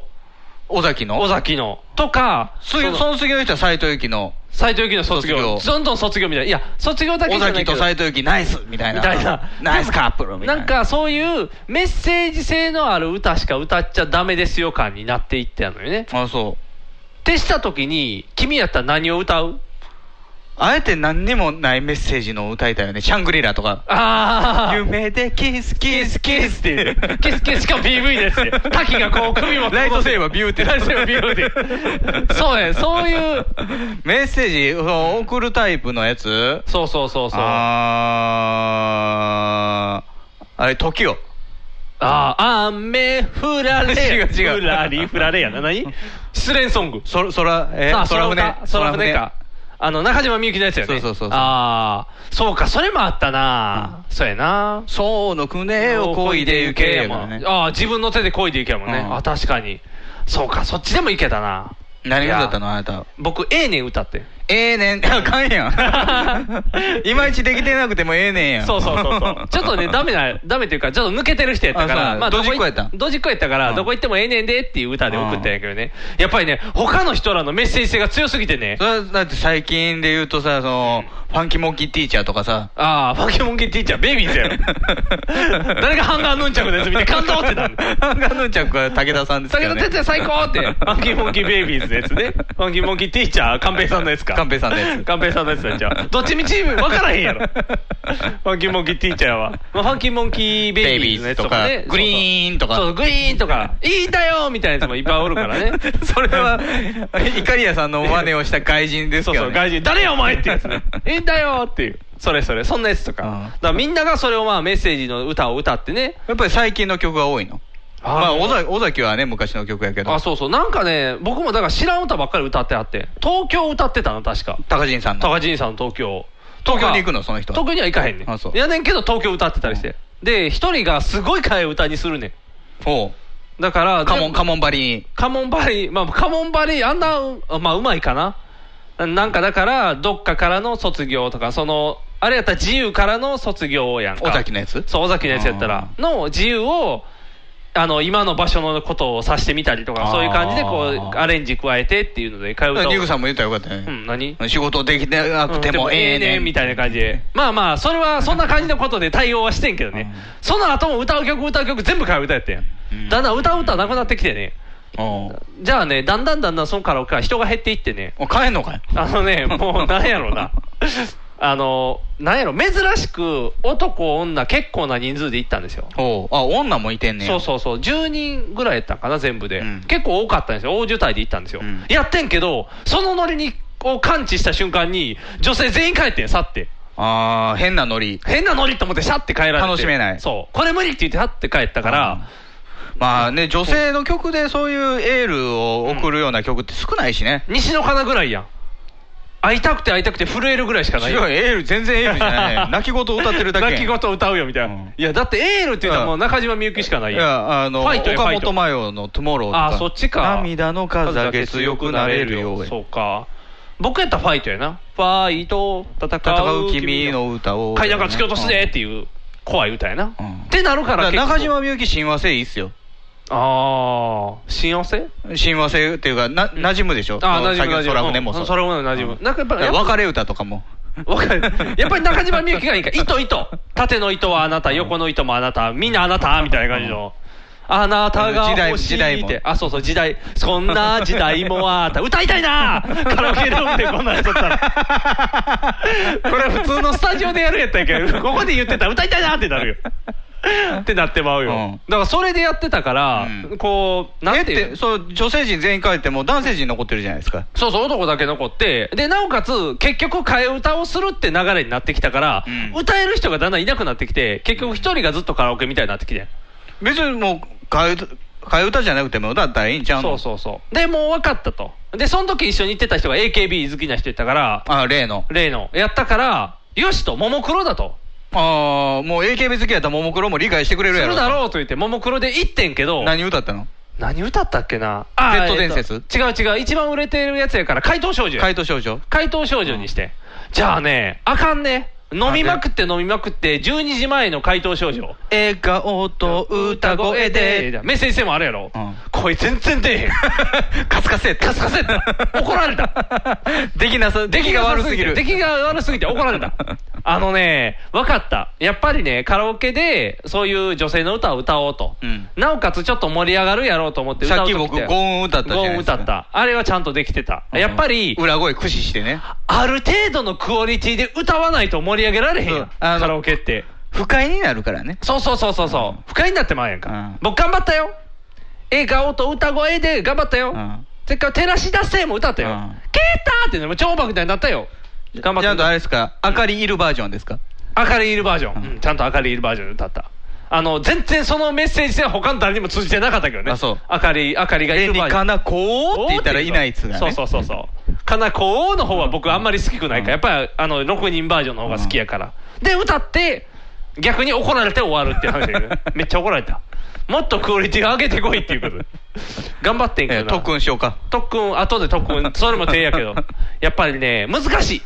B: 尾崎の
C: 尾崎の。とか、
B: そういう、その次の人は斎藤由貴の。
C: 斎藤由貴の卒業。
B: 卒業
C: どんどん卒業みたいな。いや、卒業だけ
B: 尾
C: じゃない
B: 崎
C: けど
B: と斎藤由貴ナイスみたいな。
C: みたいな
B: ナイスカップルみたい
C: なんかそういうメッセージ性のある歌しか歌っちゃダメですよ感になっていったのよね。
B: あ、そう。
C: ってした時に、君やったら何を歌う
B: あえて何にもないメッセージのを歌いたいよね。シャングリラとか。
C: あ ー
B: 夢でキスキスキスっていう。
C: キスキスしか PV ですよ。滝がこう首も
B: ライトセーバービューティー。
C: ライトセーバービューティーそうねそういう。
B: メッセージを送るタイプのやつ
C: そうそうそうそう。
B: あー。あれ、時を。
C: ああ、雨降られ。
B: 違う違う
C: ふらりふられやな。 何失恋ソング。
B: そ、そら、え
C: あ
B: ー、
C: そ
B: 空
C: ら
B: 船
C: 船。。空船か。あの、中島みゆきのやつよね。
B: そうそうそうそう
C: ああ、そうか、それもあったな、そうやな。
B: そうの船を漕いで行けやもんね。
C: ああ、自分の手で漕いで行けやもんね。
B: うん
C: あ確かに。そうか、そっちでも行けたな。
B: 何が歌った
C: いや
B: のあなた。
C: 僕、ええねん歌ってん。
B: ええねん、あかん やん。いまいちできてなくてもええねんやん。
C: そうそうそ うそう。ちょっとね、ダメな、ダメというか、ちょっと抜けてる人やったか
B: あそうなん
C: ら、
B: や
C: どこ
B: ドジっ子やったん
C: ドジっ子やったから、どこ行ってもええねんでっていう歌で送ったんやけどね。やっぱりね、他の人らのメッセージ性が強すぎてね
B: そ。れはだって最近で言うとさ、その、ファンキーモンキーティーチャーとかさ、
C: ああ、ファンキーモンキーティーチャー、ベイビー ズやろ。誰がハンガーヌンチャクのやつ見て感動ってたん だよ
B: ハンガーヌンチャクは武田さんですけ
C: 武
B: ど
C: 田
B: ね。
C: 鉄矢最高 って、ファンキーモンキーベイビーズのやつね。ファンキーモンキーティーチャー、寛平さんのやつか。
B: 寛平さんのやつ
C: 寛平さんのやつだ、じゃあ。どっちみち分からへんやろ。ファンキーモンキーティーチャーは。まあ、ファンキーモンキーベイビーズのやつとか
B: ベイ
C: ね
B: ビーズと。かグリーンとか
C: そうそう、グリーン とか。いいんだよみたいなやつもいっぱいおるからね。
B: それは、イカリアさんの真似をした外人です
C: そう
B: けど、
C: そ
B: ね。
C: う、外人、誰やお前ってやつ ね。いいんだよっていう。それそれ、そんなやつとか。だからみんながそれをまあメッセージの歌を歌ってね。
B: やっぱり最近の曲が多いの。
C: あー
B: まあ、尾崎尾崎はね、昔の曲やけど。
C: あ、そうそう。なんかね、僕もだから知らん歌ばっかり歌ってあって。東京歌ってたの、確か。
B: 高人さんの。
C: 高人さんの東京。
B: 東京に行くの、その人は。
C: 東京には行かへんね。
B: あそうん
C: いやねんけど東京歌ってたりして。で、一人がすごい替え歌にするね。
B: おうん
C: だから、
B: カモン、
C: で
B: カモンバリに。
C: カモンバリー、まあ、カモンバリー、あんな、うまあ、うまいかな。なんかだから、どっかからの卒業とか、その、あれやったら自由からの卒業やんか。
B: 尾崎のやつ
C: そう、尾崎のやつやったら、の自由を、あの、今の場所のことを指してみたりと
B: あ
C: か、
B: ー
C: そういう感じで、こう、アレンジ加えてっていうので、替え歌を。
B: ニグさんも言ったらよかった
C: う
B: ね。
C: ん、何
B: 仕事できなくて
C: う
B: も
C: ん
B: ええ
C: でもえ
B: ねん。
C: みたいな感じで。まあまあ、それはそんな感じのことで対応はしてんけどね。その後も歌う曲、歌う曲、全部替え歌やってん。だんだん歌う歌なくなってきてね。
B: おう
C: じゃあね、だんだんだんだんそのカラオケは人が減っていってね、
B: お帰んのかい
C: あのね、もうなんや ろな、あの、なんやろ、珍しく男、女、結構な人数で行ったんですよ。
B: おうあ、女もいてんねん。
C: そうそうそう、10人ぐらいやったんかな、全部で、
B: うん
C: 結構多かったんですよ、大渋滞で行ったんですよ、
B: ん
C: やってんけど、そのノリにを感知した瞬間に、女性全員帰ってん、去って、
B: ああ、変なノリ。
C: 変なノリと思って、シャって帰られて、
B: 楽しめない
C: そう、これ無理って言って、シャって帰ったから、
B: まあね、女性の曲でそういうエールを送るような曲って少ないしね。
C: 西の花ぐらいやん、会いたくて会いたくて震えるぐらいしかない
B: 違
C: やん
B: う、エール、全然エールじゃないね。泣き言を歌ってるだけやん。
C: 泣き言歌うよみたいな、
B: うん
C: いやだってエールって言ったらもう中島みゆきしかない
B: い
C: やん
B: や、あの、
C: ファイトや
B: 岡
C: ファイト
B: 本真代のトゥモローとか。
C: あそっちか
B: 涙の数だけ強くなれるようへ。
C: そうか僕やったらファイトやなファイト戦う
B: 戦う君の歌を。
C: 階段から突き落とすぜっていう怖い歌やな、
B: うん
C: ってなる
B: だ
C: か
B: からら
C: 結局
B: 中島みゆき親和性いいっすよ。
C: ああ親和性
B: 親和性っていうか、な、馴染むでしょ
C: ああ馴染
B: 先
C: む馴
B: の
C: 染む
B: 空船も
C: う
B: そ
C: ん
B: う。
C: 空船も馴染む、
B: うん
C: なんかやっぱ
B: だから別れ歌とかも。
C: わかる。やっぱり中島みゆきがいいか。糸糸。縦の糸はあなた、横の糸もあなた、みんなあなた、みたいな感じの。あなたが欲しい
B: 時代
C: っ
B: も時
C: て
B: 代。
C: あ、そうそう、時代。そんな時代も あった。歌いたいなカラオケルームでこんなんやっとったら。 これ普通のスタジオでやるやったんやけど、ここで言ってたら歌いたいなってなるよ。ってなってまうよ。
B: うん
C: だからそれでやってたから、
B: う
C: こう、なんていう
B: で、そう、女性陣全員帰っても男性陣残ってるじゃないですか。
C: そうそう、男だけ残って、で、なおかつ、結局、替え歌をするって流れになってきたから、
B: うん
C: 歌える人がだんだんいなくなってきて、結局、一人がずっとカラオケみたいになってきて、
B: 別にもう、替え歌、替え歌じゃなくても歌ったらいいんちゃう
C: そ
B: の
C: うそうそう、でもう分かったと、で、その時一緒に行ってた人が AKB 好きな人やったから、
B: あ、例の。
C: 例の、やったから、よしと、ももクロだと、
B: ああ、もう AKB 好きやったももクロも理解してくれ
C: す
B: るやろ。
C: るだろうと言って、ももクロで行ってんけど、
B: 何歌ったの
C: 何歌ったっけなあー
B: Z 伝説
C: えっと違う違う一番売れてるやつやから怪盗少女
B: 怪盗少女
C: 怪盗少女にして、じゃあねあかんね飲みまくって飲みまくって12時前の怪盗少女
B: 笑顔と歌声で
C: メッセージ性もあるやろ、声全然出えへん
B: カスカスやった
C: カスカスやった怒られた
B: できなさ出来が悪すぎる
C: 出来が悪すぎて怒ら れたあのね分かったやっぱりねカラオケでそういう女性の歌を歌おうと、なおかつちょっと盛り上がるやろうと思って歌う
B: さ
C: 時
B: っき僕五音歌ったじゃないですか
C: 五音歌ったあれはちゃんとできてた、やっぱり
B: 裏声駆使してね
C: ある程度のクオリティで歌わないと盛り上げられへんやんカラオケって
B: 不快になるからね
C: そうそうそうそうそう不快になってまうやんか、僕頑張ったよ笑顔と歌声で頑張ったよ、それから照らし出せも歌ったよ、ケーターってねもう超爆弾になったよ頑張った
B: ちゃんとあれですか明かりいるバージョンですか
C: 明るいいるバージョン、うんちゃんと明るいいるバージョンで歌ったあの全然そのメッセージ性は他の誰にも通じてなかったけどね
B: あそう
C: 明かり明かりがいるバージョン
B: かなこうって言ったらいないやつが
C: そう
B: ね
C: そうそうそうかなこうの方は僕あんまり好きくないからやっぱりあの6人バージョンの方が好きやから、で歌って逆に怒られて終わるっていう話だけど ねめっちゃ怒られたもっとクオリティ上げてこいっていうこと頑張ってんけどな
B: 特訓しようか
C: 特訓後で特 訓それも手やけどやっぱりね難しい、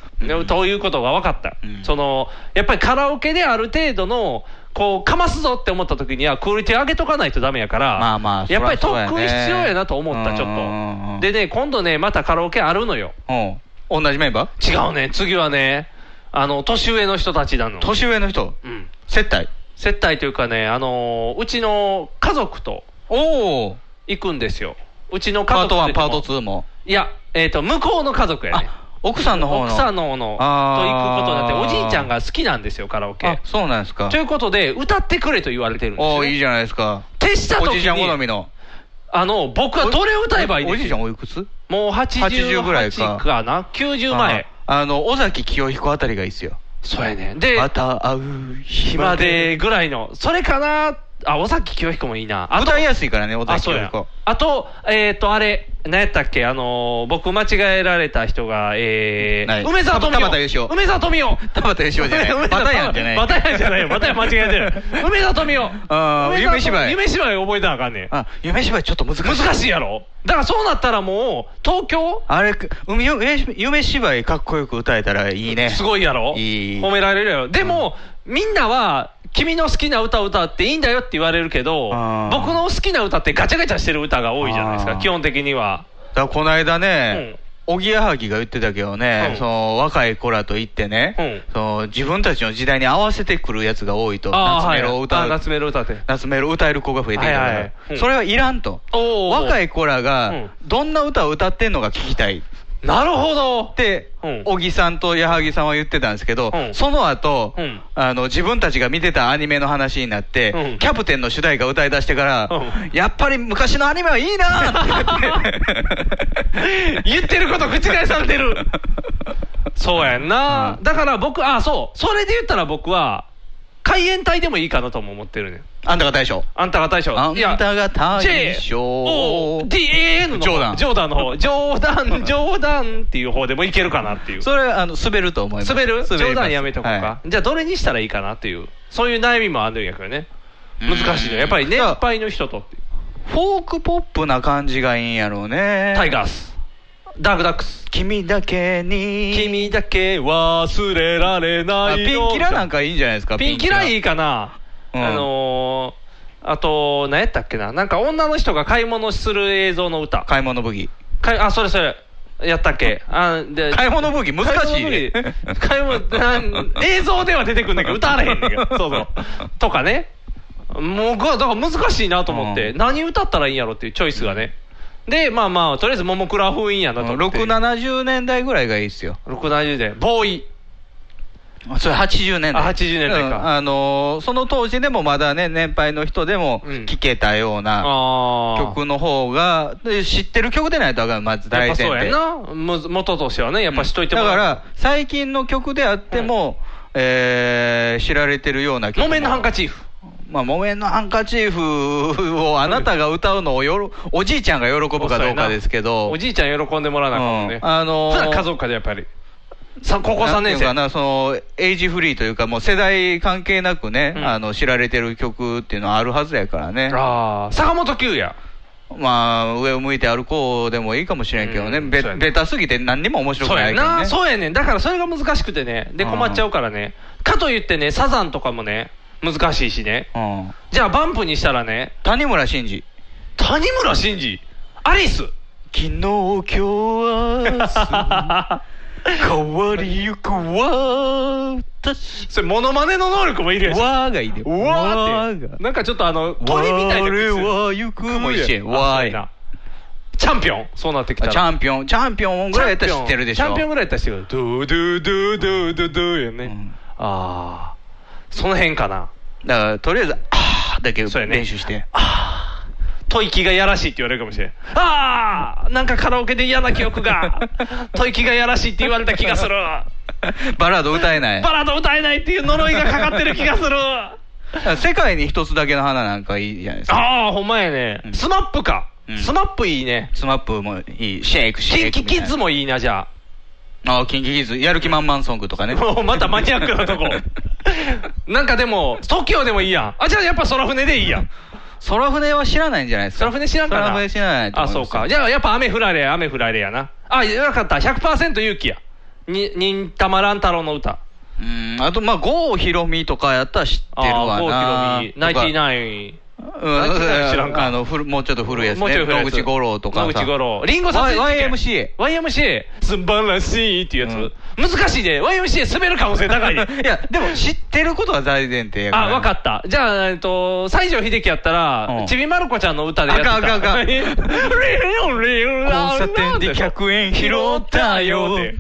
C: ということが分かった、そのやっぱりカラオケである程度のこうかますぞって思った時にはクオリティ上げとかないとダメやから
B: まあまあそ
C: や
B: ら
C: っぱり
B: そ
C: 特
B: うやね
C: 訓必要やなと思ったちょっと、でね今度ねまたカラオケあるのよ
B: うん同じメンバー
C: 違うね次はねあの年上の人たちなの
B: 年上の人
C: うん
B: 接待
C: 接待というかねあのーうちの家族と
B: おお
C: 行くんですようちの家
B: パー
C: 族
B: ト
C: と
B: 1
C: いって
B: パー
C: も
B: ト2も
C: いや、えっ、と、向こうの家族やね。
B: 奥さんの方の
C: 奥さんの方の、と行くことになって、おじいちゃんが好きなんですよ、カラオケ。
B: そうなんですか
C: ということで、歌ってくれと言われてるんです
B: お
C: よ
B: おいい
C: ね。
B: じゃないですか
C: 手した時に
B: おじいちゃん好みの
C: あの、僕はどれを歌えばいい
B: おじいちゃん
C: も
B: おいくつ
C: う80
B: 80ぐらいか
C: かな ?90 前。
B: ああの尾崎清彦あたりがいいっすよ
C: そうやねで
B: また会う日
C: 今
B: まで
C: でぐらいの、それかなあ、尾崎清彦もいいな。あと
B: 歌いやすいからね尾
C: あ、
B: 崎
C: そう
B: 清
C: や
B: 彦。
C: あと、えっ、と、あれ、何やったっけ、あのー僕間違えられた人が、え
B: ない
C: ー、梅沢富美
B: 田畑
C: 男
B: 芳。生
C: 梅沢富美男。
B: 田畑芳生じゃない
C: 梅
B: バタヤンじゃない
C: バタヤンじゃないよ。バタヤン間違えて る。梅沢富美男。
B: あー
C: 梅沢富
B: 夢芝居
C: 夢芝居覚えたらあかんねん。
B: あ夢芝居ちょっと難しい
C: 難しいやろ。だからそうなったらもう、東京
B: あれ夢夢芝居かっこよく歌えたらいいね
C: すごいやろ
B: いい
C: 褒められるやろ。でも、みんなは、君の好きな歌を歌っていいんだよって言われるけど、僕の好きな歌ってガチャガチャしてる歌が多いじゃないですか、基本的には。
B: だからこの間ね、おぎやはぎが言ってたけどね、その若い子らと行ってね、その自分たちの時代に合わせてくるやつが多いと、
C: あー
B: 夏メロを歌う、
C: はいあー夏メロ歌って。
B: 夏メロ歌える子が増えてきたから、
C: はいはいうん
B: それはいらんと、
C: おー
B: 若い子らがどんな歌を歌ってんのか聞きたい。
C: なるほど
B: って、小木さんと矢作さんは言ってたんですけど、
C: うん
B: その後、
C: うん
B: あの自分たちが見てたアニメの話になって、キャプテンの主題歌歌い出してから、やっぱり昔のアニメはいいなーって
C: 言ってること覆されてるそうやんな、だから僕あそうそれで言ったら僕は海援隊でもいいかなとも思ってるね
B: あんたが大将
C: あんたが大将
B: あんたが大
C: J
B: 将
C: DAN の方
B: ジョーダン
C: ジョーダンの方ジョーダンジョーダンっていう方でもいけるかなっていう
B: それあの滑ると思います
C: 滑る
B: ます
C: ジョーダンやめとこうか、じゃあどれにしたらいいかなっていうそういう悩みもあるんやけどね難しいのやっぱり年配の人とっていう
B: フォークポップな感じがいいんやろうね
C: タイガースダークダックス
B: 君だけに
C: 君だけ忘れられな
B: あ
C: い
B: ピンキラなんかいいんじゃないですか
C: ピンキラいいかな、あのー、あと、何やったっけな、なんか女の人が買い物する映像の歌、
B: 買い物ブギ
C: 買いあ、それそれ、やったっけ、あで
B: 買い物ブギ難しいね
C: 買い物ブギ買い物なん映像では出てくるんだけど、歌われへんねんけど、そうそう、とかね、もう、だから難しいなと思って、何歌ったらいいんやろっていうチョイスがね。で、まあまあ、とりあえず、ももクラ封印やなと思って。
B: 670年代ぐらいがいいっすよ
C: 670年ボーイ
B: あそれ80年代
C: あ80年代か
B: うんあのーその当時でもまだね年配の人でも聴けたよう
C: な
B: 曲の方が、で知ってる曲でないとあかんまず
C: や
B: 大
C: っぱ
B: 前
C: そう
B: 提
C: やなむ元としてはねやっぱしといても
B: だ
C: らう
B: から最近の曲であっても、えー知られてるような曲も「木綿のハンカ
C: チーフ」
B: まあ「木綿のハンカチーフ」をあなたが歌うのをよろおじいちゃんが喜ぶかどうかですけど
C: おじいちゃん喜んでもらわなあかんもんね、
B: うんあのー
C: ただ家族かでやっぱりさ高校3
B: なんてい
C: 年
B: う
C: 生
B: かなそのエイジフリーというかもう世代関係なくね、あの知られてる曲っていうのはあるはずやからね
C: あ坂本九也
B: まあ、上を向いて歩こうでもいいかもしれんけどね、べベタすぎて何にも面白く
C: そう
B: な
C: や
B: いけど
C: な、
B: ね。
C: そうやねん、だからそれが難しくてね、で
B: うん
C: 困っちゃうからね、かといってね、サザンとかもね、難しいしね、
B: うん
C: じゃあ、バンプにしたらね、
B: 谷村新司。
C: 谷村新司アリス
B: 昨日、今日、は変わりゆくわ私。
C: それ、モノマネの能力もいるやつ。
B: わーがいいで。
C: わ
B: ー
C: ーって。なんかちょっとあの、鳥みたいな口する。
B: 我は行くも一緒やんわーい
C: あチャンピオンそうなってきた
B: あ
C: ら。
B: チャンピオン、チャンピオンぐらいやったら知ってるでしょ。
C: チャンピオンぐらいやったら知ってる。ドゥドゥドゥドゥドゥドゥやね。ああ。その辺かな。
B: だから、とりあえず、あーだけ
C: そうやね
B: 練習して。
C: 吐息がやらしいって言われるかもしれん。ああなんかカラオケで嫌な記憶 が。吐息がやらしいって言われた気がする。
B: バラード歌えない。
C: バラード歌えないっていう呪いがかかってる気がす る。
B: 世界に一つだけの花なんかいいじゃないですか。
C: ああ、ほんまやね。スマップか。スマップいいね。
B: スマップもいい。シェイク、シェイク。
C: キンキキッズもいいな、じゃあ。
B: ああ、キンキキッズ。やる気満々ソングとかね。
C: もうまたマニアックな とこ。なんかでも、TOKIO でもいいやん。あ、じゃあやっぱ空船でいいやん。
B: 空船は知らないんじゃないですか。
C: 空船知らんかな
B: 空船知らないと
C: あ、
B: 思い
C: そ
B: ま
C: う
B: す
C: か。じゃあやっぱ雨降られ、雨降られやな。あ、よかった。100%勇気や。に、忍たま乱太郎の歌。
B: うんあと、まあ、郷ひろみとかやったら知ってるわな。
C: あー郷ひろみ、ナイティナイン。
B: うん
C: ナインティナイン知らんか
B: あの、ふるもうちょっと古いやつ
C: もうちょ
B: ね。
C: い古い
B: 野
C: やつ
B: 口五郎とかさ。
C: 野口五郎。リンゴさ
B: Y-
C: ん。
B: YMCA。
C: YMCA。素晴らしいっていうやつ。難しいで。YMCA 滑る可能性高いで。
B: いや、でも知ってることは大前提やから。
C: あ、わかった。じゃあ、えっと、西城秀樹やった
B: う
C: ら
B: ん、
C: ちびまる子ちゃんの歌でやってた。
B: あかんあかんあかん
C: リオリオラ
B: 交差点で100円拾ったよって。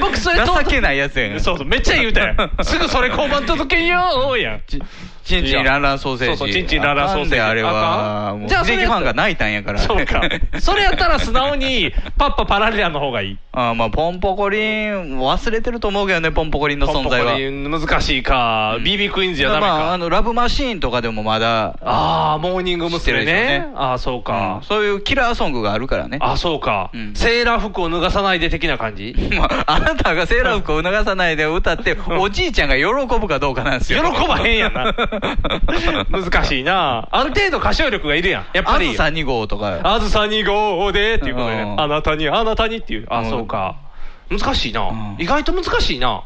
C: 僕それと
B: 情けないやつやん。
C: そうそう、めっちゃ言うたや ん。すぐそれ交番届けんよーやん。
B: チンチンランランソーセージ。
C: そうそうチンチンランランソーセージ
B: あかんであれ
C: あか
B: は、
C: ん
B: もう、
C: じゃあそれ
B: 正規ファンが泣いたんやから。
C: そうか。それやったら素直に、パッパパラリラの方がいい。
B: あーまあ、ポンポコリン、忘れてると思うけどね、ポンポコリンの存在は。
C: 難しいか。BB クイーンズやダメ
B: まあ、
C: か。
B: あの、ラブマシーンとかでもまだ、
C: ああ、モーニング
B: 知ってるで
C: 娘
B: しょう
C: ね
B: ね。
C: ああ、そうか。
B: そういうキラーソングがあるからね。
C: あ、そうか、セーラー服を脱がさないで的な感じ
B: まあ、あなたがセーラー服を促さないで歌って、おじいちゃんが喜ぶかどうかなんです
C: 喜
B: よ。
C: ばへん やな。難しいな。ある程度歌唱力がいるやん。やっぱ
B: あ
C: り。
B: ずさ2号とか。
C: あずさ2号でっていうことでね、
B: うん
C: あなたに、あなたにっていう。あ、
B: うん
C: そうか。難しいな、意外と難しいな。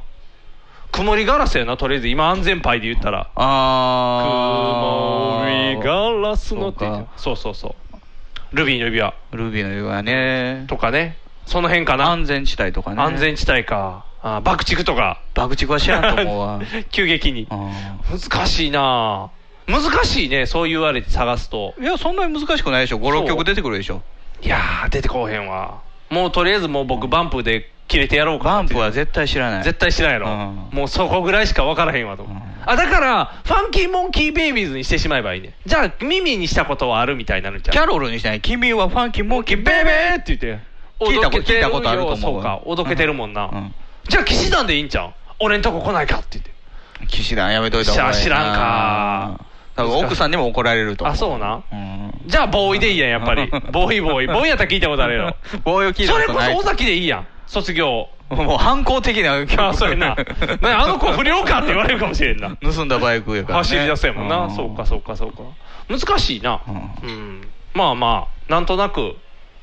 C: 曇りガラスやな、とりあえず。今安全牌で言ったら。
B: あ
C: 曇り
B: ー。
C: ガラスのって言ってそうそうそう。ルビーの指輪
B: ルビーの指輪ね。
C: とかね。その辺かな。
B: 安全地帯とかね。
C: 安全地帯か。あ爆竹とか。
B: 爆竹は知らんと思う わ。
C: 急激に。難しいなぁ難しいね、そう言われて探すと。
B: いや、そんなに難しくないでしょ。5、6曲出てくるでしょ。
C: いやー、出てこうへんわ。もうとりあえずもう僕、バンプで切れてやろうか
B: バ
C: なっ
B: ン
C: てい
B: プ
C: う。
B: は絶対知らない。
C: 絶対しないやろ。もうそこぐらいしか分からへんわと。あ、だから、ファンキーモンキーベイビーズにしてしまえばいいね。じゃあ、耳にしたことはあるみたいになるんちゃう
B: キャロルにしない。君はファンキーモンキーベイベーって
C: 言って。
B: 聞いたこと
C: おどけてるよ
B: 聞いたことあると思う
C: そうか、おどけてるもんな。じゃあ、騎士団でいいんちゃう俺んとこ来ないかって言って。
B: 騎士団やめといた方がいいな。
C: 知ら知らんか
B: 多分奥さんにも怒られると思
C: あ、そうな。じゃあ、ボーイでいいやん、やっぱり。ボーイボーイ。ボーイやったら聞いたことあるや ろ。
B: 棒を聞いた
C: そ
B: こ
C: れ
B: と
C: こ
B: ない
C: そ尾崎でいいやん、卒業。
B: もう反抗的な曲
C: あそうやな。 なあの子不良かって言われるかもしれんな。
B: 盗んだバイクやから、ね、
C: 走り出せやもんな。
B: ん
C: そうか、そうか、そうか。難しいな。うん。まあまあ、なんとなく、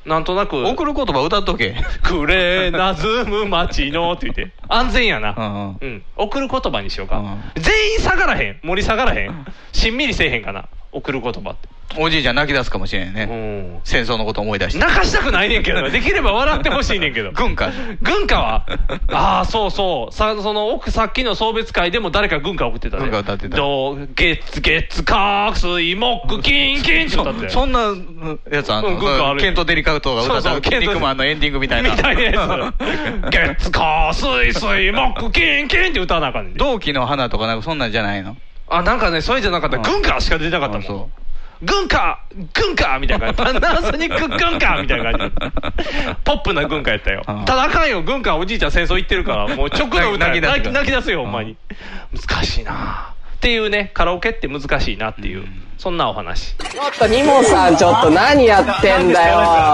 C: なんとなく。
B: 送る言葉歌っとけ
C: くれなずむ町のって言って。安全やな。うん。送る言葉にしようか。全員下がらへん。盛り下がらへん。しんみりせえへんかな。送る言葉って。
B: おじいちゃん泣き出すかもしれんね、戦争のこと思い出して
C: 泣かしたくないねんけどな、できれば笑ってほしいねんけ ど。
B: 軍歌
C: 軍 歌はああ、そうそう。さ、その、奥、さっきの送別会でも誰か軍歌送ってたね。
B: 軍歌歌ってた
C: どう、ゲッツ、ゲッツ、カークス、イモック、キン、キンって歌ってたよ
B: そんなやつあんの、
C: うん軍歌ある
B: ケント・デリカウトが歌った
C: そうそう
B: キン肉マンのエンディングみたいな
C: みたいなやつ。ゲッツ、カー、スイ、スイ、モック、キン、キンって歌わなあかんねん で。
B: 同期の花とかなんかそんなんじゃないの
C: あ、なんかね、それじゃなかった。軍歌しか出てなかったもん。軍歌軍歌みたいな感じ。パナソニック軍歌みたいな感じ。ポップな軍歌やったよ。ただあかんよ、軍 歌おじいちゃん戦争行ってるから、もう直の歌
B: 泣き泣き出す
C: 泣き泣き出すよ、ほんまに。難しいなっていうね、カラオケって難しいなっていう、そんなお
L: ち
C: 話。
L: ょっとニモさんちょっと何やってんだ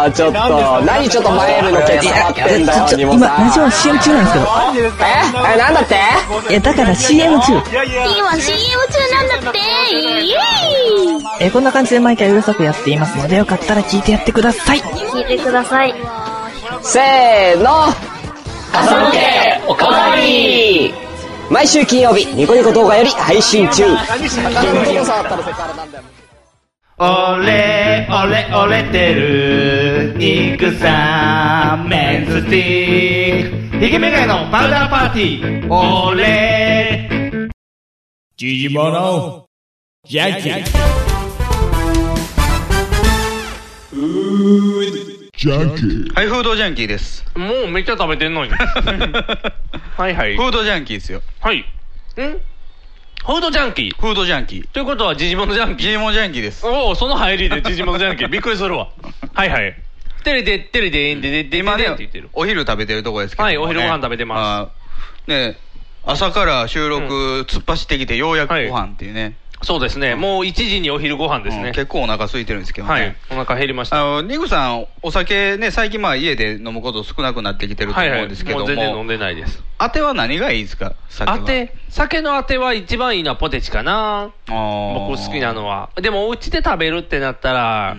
L: よちょっと何ちょっと前のケツ触ってんだよニモ
M: 今、
L: さん
M: ラジオ CM 中なんですけど。
L: ええなんだって
M: いや、だから CM 中。
K: 今 CM 中なんだってイエーイ
M: え、こんな感じで毎回うるさくやっていますので、よかったら聞いてやってください。
K: 聞いてください
L: せーの朝向けおかわり毎週金曜日ニコニコ動画より配信中
N: 俺、俺、俺てる、肉さん、メンズティック。ヒゲメガネのパウダーパーティー、俺。
O: ジジモノ、ジャンキー。
B: ジャンキー。はい、フードジャンキーです。
C: もうめっちゃ食べてんの に。はいはい。
B: フードジャンキーですよ。
C: はい。んフードジャンキー
B: フードジャンキー。
C: ということは、ジジモンジャンキー。ジ
B: ジモンジャンキーです。
C: おお、その入りでジジモンジャンキー。びっくりするわ。はいはい。テレで、テレで、で、で、で、
B: 今
C: で、
B: ね
C: って言ってる。、
B: お昼食べてるとこですけどもね、。
C: はいお昼ご飯食べてます
B: ね朝から収録突っ走ってきて、ようやくご飯っていうね。
C: そうですね。もう1時にお昼ご飯です
B: うん
C: ね。
B: 結構お腹空いてるんですけどね。
C: はい。お腹減りました。
B: あの、ニグさん、お酒ね、最近まあ家で飲むこと少なくなってきてると
C: はい
B: 思
C: は
B: うん
C: い。
B: ですけど
C: も
B: も、
C: う全然飲んでないです。
B: 当ては何がいいですか酒は
C: 当て、酒の当ては一番いいのはポテチかな。
B: 僕
C: 僕好きなのは。でも、お家で食べるってなったら、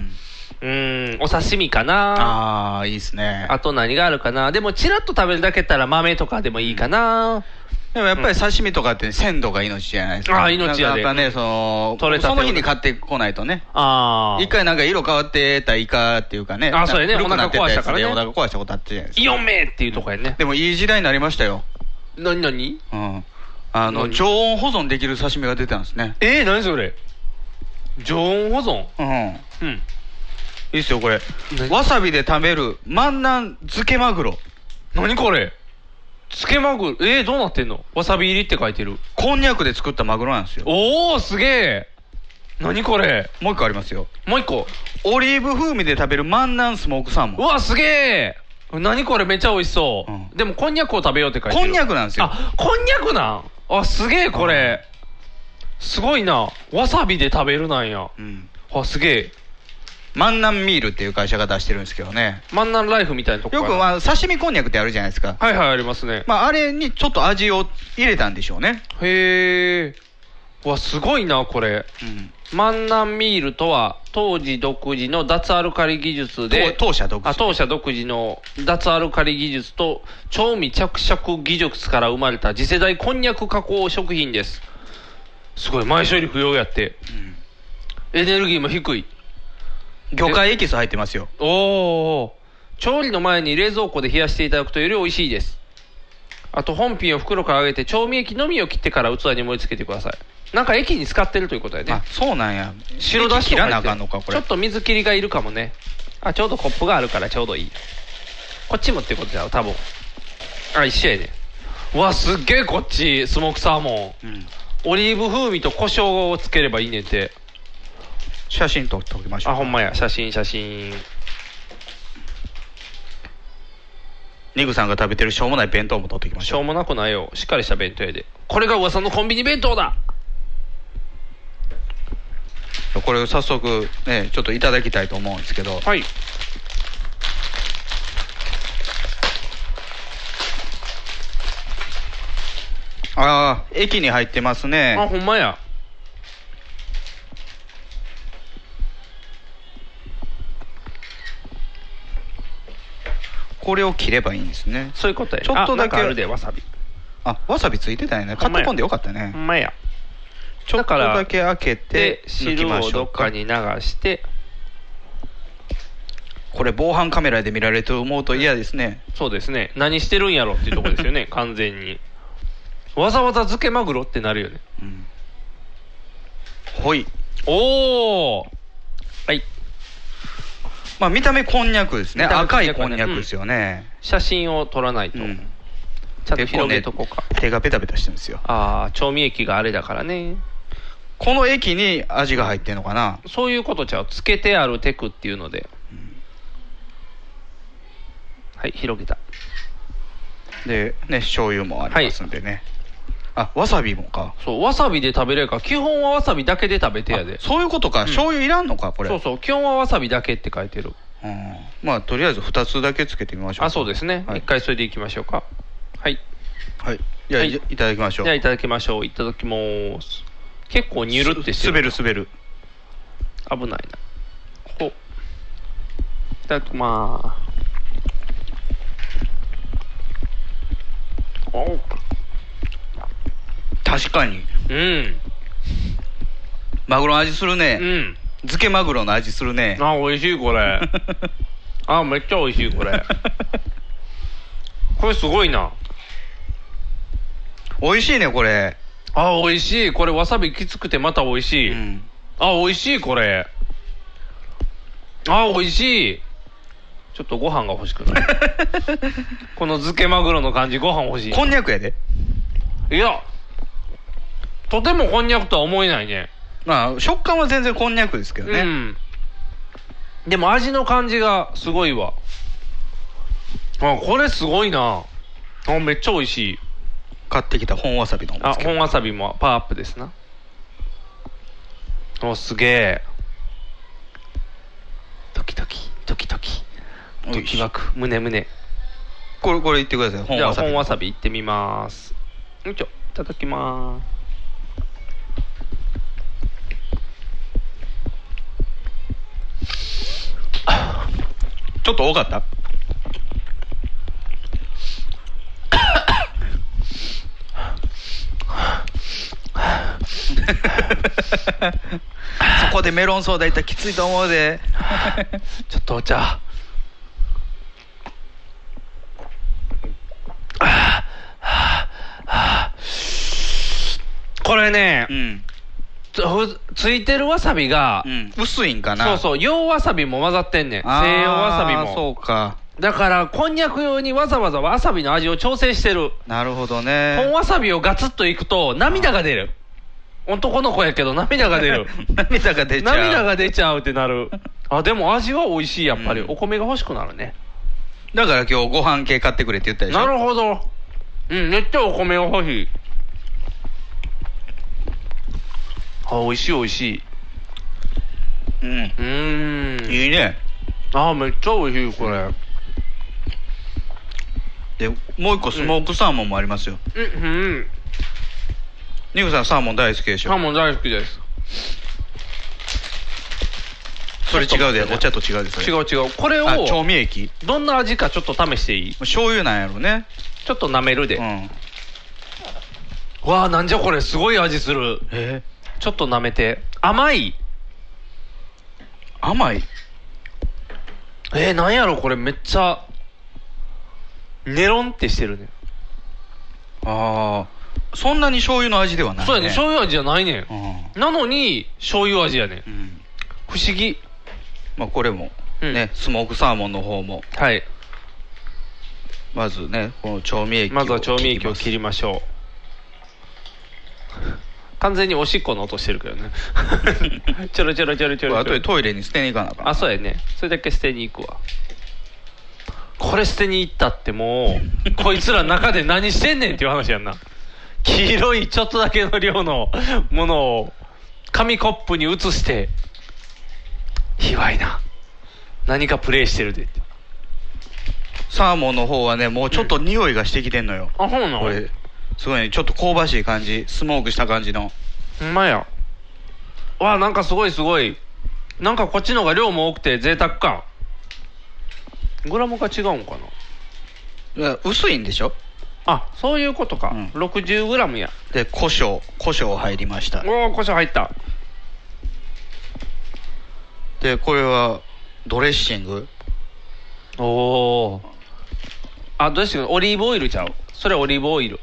C: うーん、お刺身かな。
B: ああ、いいですね。
C: あと何があるかな。でも、ちらっと食べるだけやったら豆とかでもいいかな。
B: でもやっぱり刺身とかってね鮮度が命じゃないですか。
C: あー命やで
B: やっぱね、その、
C: 取れたてを
B: その日に買ってこないとね。
C: あ
B: 一回なんか色変わってたイカっていうかね。
C: あーそうやね
B: 古くなってやつで
C: お腹壊したからね
B: お腹壊したことあったじゃないですか。
C: イオン名っていうとこやね。
B: でもいい時代になりましたよ。
C: 何何
B: うん。あの、
C: 何
B: 常温保存できる刺身が出たんですね。
C: えー、何それ常温保存
B: うん。
C: うん。
B: いいっすよ、これ。わさびで食べる、万南漬けマグロ。
C: 何これつけまぐろ、えー、どうなってんのわさび入りって書いてる。
B: こんにゃくで作ったマグロなんですよ。
C: おー、すげえ何これ
B: もう一個ありますよ。
C: もう一個。
B: オリーブ風味で食べる万南スモークサーモン。
C: うわ、すげえ何これめっちゃ美味しそう、でも、こんにゃくを食べようって書いてる。
B: こんにゃくなんですよ
C: あ、こんにゃくなんあ、すげえこれ。すごいな。わさびで食べるなんや。
B: うん。
C: あ、すげえ。
B: 万南ミールっていう会社が出してるんですけどね。
C: 万南ライフみたいなとこ
B: よ
C: か
B: く、
C: な
B: まあ、刺身こんにゃくってあるじゃないですか。
C: はいはい、ありますね。
B: まあ、あれにちょっと味を入れたんでしょうね。
C: へえ。わ、すごいな、これ。万南ミールとは、当時独自の脱アルカリ技術で、
B: 当当社独
C: 自あ当社独自の脱アルカリ技術と、調味着色技術から生まれた次世代こんにゃく加工食品です。すごい、前処理不要やって。エネルギーも低い。
B: 魚介エキス入ってますよ。
C: おお調理の前に冷蔵庫で冷やしていただくとより美味しいですあと本品を袋から揚げて調味液のみを切ってから器に盛り付けてくださいなんか液に使ってるということやね
B: あ、そうなんや。
C: 白だし
B: 切
C: とから入
B: な
C: っ
B: あ
C: てる
B: かんのか、こ
C: ちょ
B: れ
C: っ。と水切りがいるかもねあちょうどコップがあるからちょうどいいこっちもってことだよ多分あ一緒やねうわすっげえこっちスモークサーモン、オリーブ風味と胡椒をつければいいねんて
B: 写真撮っておきましょう。
C: あほんまや写真写真
B: ニグさんが食べてるしょうもない弁当も撮ってきまし
C: し
B: ょう。
C: ょうもなくないよしっかりした弁当屋でこれが噂のコンビニ弁当だ
B: これ早速、ね、ちょっといただきたいと思うんですけど。
C: はい。
B: ああ、駅に入ってますね。
C: あほんまや
B: これを切ればいいんですね。
C: そういうことや
B: ちょっとだけ。
C: あなんかあるでわさび
B: あ、わさびついてたよね。
C: ほ
B: カ
C: ん
B: ッ
C: まや
B: トコンでよかったね。
C: ほんまや
B: ちょっと
C: から
B: だけ開けて
C: で、
B: 抜き
C: 汁
B: ま
C: を
B: しょ
C: ど
B: う
C: っ
B: か
C: か。に流して
B: これ防犯カメラで見られると思うと嫌ですね。
C: そうですね何してるんやろっていうとこですよ ね完全にわざわざ漬けマグロってなるよね
B: ほい。
C: おおはい
B: まあ見た目こんにゃくですね。
C: 見た目こん
B: 赤
C: に
B: い
C: ゃく
B: こんにゃくですよね。
C: 写真を撮らないと、ちゃんと広げとこうか、
B: 手がペタペタしてるんですよ。
C: ああ調味液があれだからね
B: この液に味が入ってんのかな
C: そういうことちゃうつけてあるテクっていうので、はい広げた
B: で、ね、醤油もありますんでね。あわさびもか
C: そうわさびで食べれるから基本はわさびだけで食べてやで
B: そういうことか、醤油いらんのかこれ
C: そうそう基本はわさびだけって書いてる
B: うんまあとりあえず2つだけつけてみましょう
C: あそうですね、一回それでいきましょうかはい
B: はいじゃあ、い、いただきましょう
C: じゃあいただきましょういただきます結構にゅるってして
B: 滑る滑る
C: 危ないなここいただきまーすお
B: 確かに
C: うん
B: マグロの味するね、
C: うん、
B: 漬けマグロの味するね
C: あ美味しいこ れあめっちゃ美味しいこ れこれすごいな
B: 美味しいねこれ
C: あ美味しいこれわさびきつくてまた美味しい、あ美味しいこれあ美味しいちょっとご飯が欲し くなるこの漬けマグロの感じご飯欲しい
B: こんにゃくやで
C: いやとてもこんにゃくとは思えないね
B: まあ食感は全然こんにゃくですけどね、
C: うん、でも味の感じがすごいわあこれすごいなあめっちゃ美味しい
B: 買ってきた本わさびの
C: あ本わさびもパワーアップですなおすげえドキドキドキドキドキワク胸胸
B: これこれ言ってください本
C: じゃ
B: わ
C: あ
B: さび
C: 本わさびいってみますよいしょいただきまーす
B: ちょっと多かったそこでメロンソーダいったらきついと思うで
C: ちょっとお茶これね、つふついてるわさびが、
B: 薄いんかな
C: そうそう洋わさびも混ざってんねん
B: あー
C: 西洋わさびも
B: そうか
C: だからこんにゃく用にわざわざわさびの味を調整してる
B: なるほど
C: 本
B: ね
C: わさびをガツッといくと涙が出る男の子やけど涙が出る
B: 涙が出ちゃう
C: 涙が 出ちゃうってな るあでも味は美味しいやっぱり、お米が欲しくなるね
B: だから今日ご飯系買ってくれって言ったでしょ
C: なるほどうんめっちゃお米が欲しいあ美味しい美味しい
B: うんう
C: ーん
B: いいね
C: あめっちゃ美味しいこれ
B: でもう一個スモークサーモンもありますよ
C: うんうん
B: ニコさんサーモン大好きでし
C: サー
B: ょ
C: モン大好きです
B: それ違うでお茶と違うでそれ
C: 違う違うこれを
B: あ調味液
C: どんな味かちょっと試していい
B: 醤油なんやろね
C: ちょっと舐めるで、わあなんじゃこれすごい味する
B: え
C: ちょっと舐めて甘い
B: 甘い
C: えー、なんやろこれめっちゃネロンってしてるね
B: ああそんなに醤油の味ではないね
C: そうやね醤油味じゃないね
B: ん、
C: なのに醤油味やねん、不思議
B: まあこれもねスモークサーモンの方も
C: はい
B: まずねこの調味液を
C: まずは調味液を切りましょう完全におしっこの音してるけど ねちょろちょろちょろちょろ
B: あとでトイレに捨てに行かなあかん
C: あそうやねそれだけ捨てに行くわこれ捨てに行ったっても うこいつら中で何してんねんっていう話やんな黄色いちょっとだけの量のものを紙コップに移して卑猥な何かプレイしてるでって
B: サーモンの方はねもうちょっと匂いがしてきてんのよ、
C: あそうなの
B: これすごいねちょっと香ばしい感じスモークした感じの
C: ほんまやわあなんかすごいすごいなんかこっちのが量も多くて贅沢感グラムが違うんか
B: な薄いんでしょ
C: あそういうことか、60グラムや
B: で胡椒胡椒入りました
C: おお胡椒入った
B: でこれはドレッシング
C: おおあドレッシングオリーブオイルちゃうそれオリーブオイル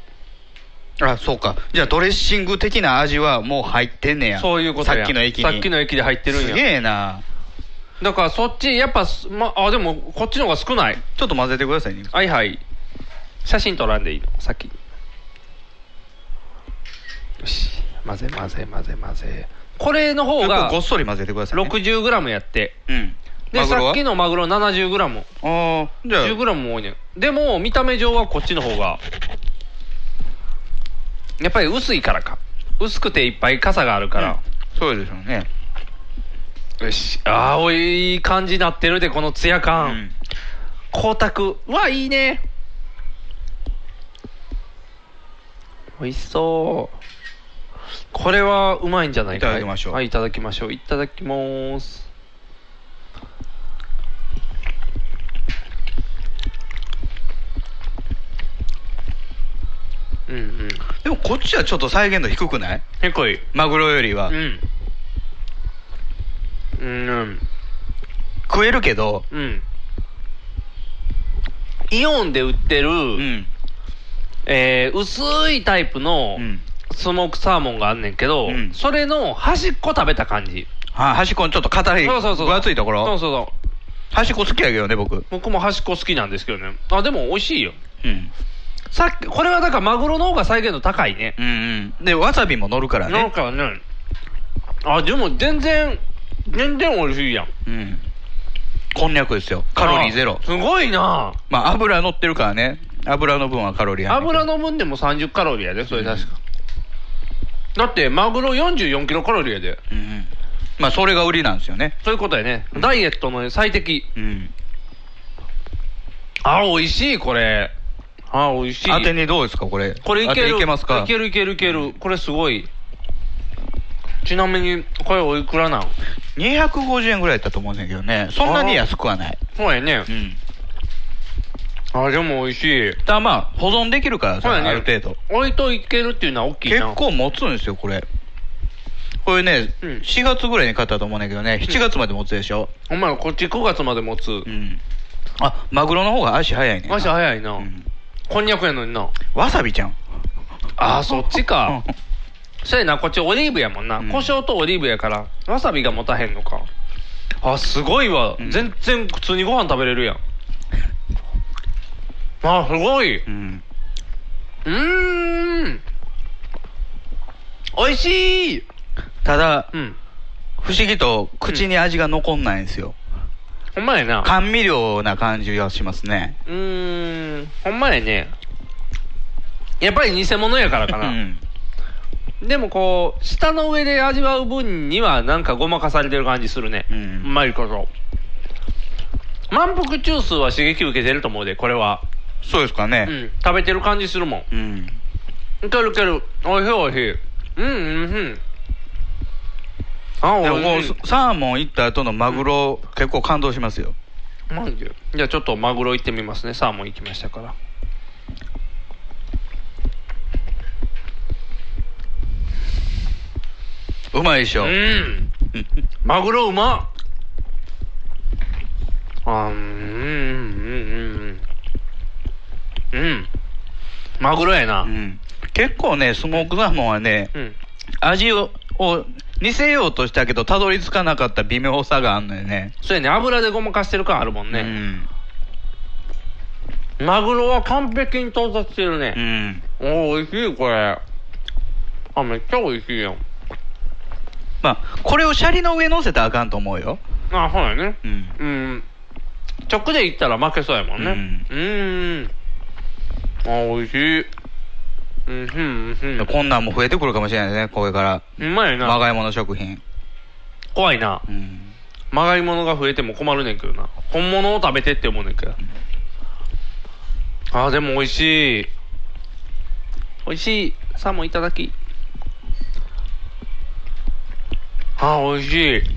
B: あそうかじゃあドレッシング的な味はもう入ってんねや
C: そういうことや
B: さっきの液に
C: さっきの液で入ってるんや
B: すげえな
C: だからそっちやっぱすまあでもこっちの方が少ない
B: ちょっと混ぜてくださいね
C: はいはい写真撮らんでいいの先によし混ぜ混ぜ混ぜ混ぜこれの方が
B: ごっそり混ぜてください、ね、
C: 60グラムやって
B: うん
C: で
B: マグロ
C: さ
B: は
C: っきのマグロ70グラム
B: ああじゃあ
C: 10グラムも多いねんでも見た目上はこっちの方がやっぱり薄いからか薄くていっぱい傘があるから、
B: そうでしょうね
C: よしああいい感じになってるでこのツヤ感、光沢うわいいね美味しそうこれはうまいんじゃないかいただきましょうはいいただきましょういただきまーすうんうん
B: でもこっちはちょっと再現度低くない
C: 結構い
B: マグロよりは、
C: うんうん
B: 食えるけど
C: うんイオンで売ってる、えー薄いタイプのスモークサーモンがあんねんけど、それの端っこ食べた感じ
B: はい端っこのちょっと硬い
C: そうそうそう
B: 分厚いところ
C: そうそうそう
B: 端っこ好きやけどね僕
C: 僕も端っこ好きなんですけどねあでも美味しいよ
B: うん
C: さっきこれはだからマグロの方が再現度高いね
B: うんうんでわさびも乗るからね
C: なんかねあでも全然全然美味しいやん
B: うんこんにゃくですよカロリーゼロ
C: あすごいな
B: まあ油乗ってるからね油の分はカロリーある
C: 油の分でも30カロリーやでそれ確か、だってマグロ44キロカロリーやで
B: まあそれが売りなんですよね
C: そういうことやね、ダイエットの最適、あ美味しいこれあ美味しい
B: 当てにどうですかこれ
C: これいけ
B: 当て
C: る
B: いけますか
C: いけるいけるいけるこれすごいちなみにこれおいくらなん
B: 250円ぐらいだったと思うんだけどねそんなに安くはない
C: そうやねあでも美味しい
B: ただまあ保存できるから
C: そうや
B: さ
C: ね
B: ある程度
C: 置いといけるっていうのは大きいな
B: 結構持つんですよこれこれね、4月ぐらいに買ったと思うんだけどね7月まで持つでしょ、
C: お前こっち9月まで持つ
B: うんあマグロの方が足早いね
C: マジ早いな、こんにゃくやのにな
B: わさびちゃん
C: あーそっちかそうやなこっちオリーブやもんな、胡椒とオリーブやからわさびが持たへんのかあすごいわ、全然普通にご飯食べれるやんあすごいう
B: うん
C: ーん美味しい
B: ただ、
C: うん
B: 不思議と口に味が残んないんですよ、
C: ほんまやな
B: 甘味料な感じがしますね
C: うーんほんまやねやっぱり偽物やからかな、でもこう舌の上で味わう分にはなんかごまかされてる感じするね、うまいこと満腹中枢は刺激受けてると思うでこれは
B: そうですかね
C: うん食べてる感じするもん
B: うん
C: いけるいけるおいしいおいしいうんうんうんあ
B: でも
C: 美
B: もう
C: 味しい
B: サーモン行った後のマグロ、結構感動しますよ
C: マジでじゃあちょっとマグロ行ってみますねサーモン行きましたから
B: うまいでしょ
C: うんマグロうまっあうんうんうんうんうんマグロやな、
B: 結構ねスモークサーモンはね、味をを似せようとしたけどたどり着かなかった微妙さがあんのよね
C: そうやね油でごまかしてる感あるもんね、マグロは完璧に到達してるね
B: うん
C: おおいしいこれあめっちゃおいしいやん
B: まあこれをシャリの上乗せたらあかんと思うよ
C: あそうやね
B: うん、
C: うん、直でいったら負けそうやもんねうんんあおいしいうんうんうん
B: こんなんも増えてくるかもしれないねこれから
C: うまいな
B: まがいもの食品
C: 怖いな、まがいものが増えても困るねんけどな本物を食べてって思うねんけど、あーでも美味しい美味しいサーモンいただきあー美味しい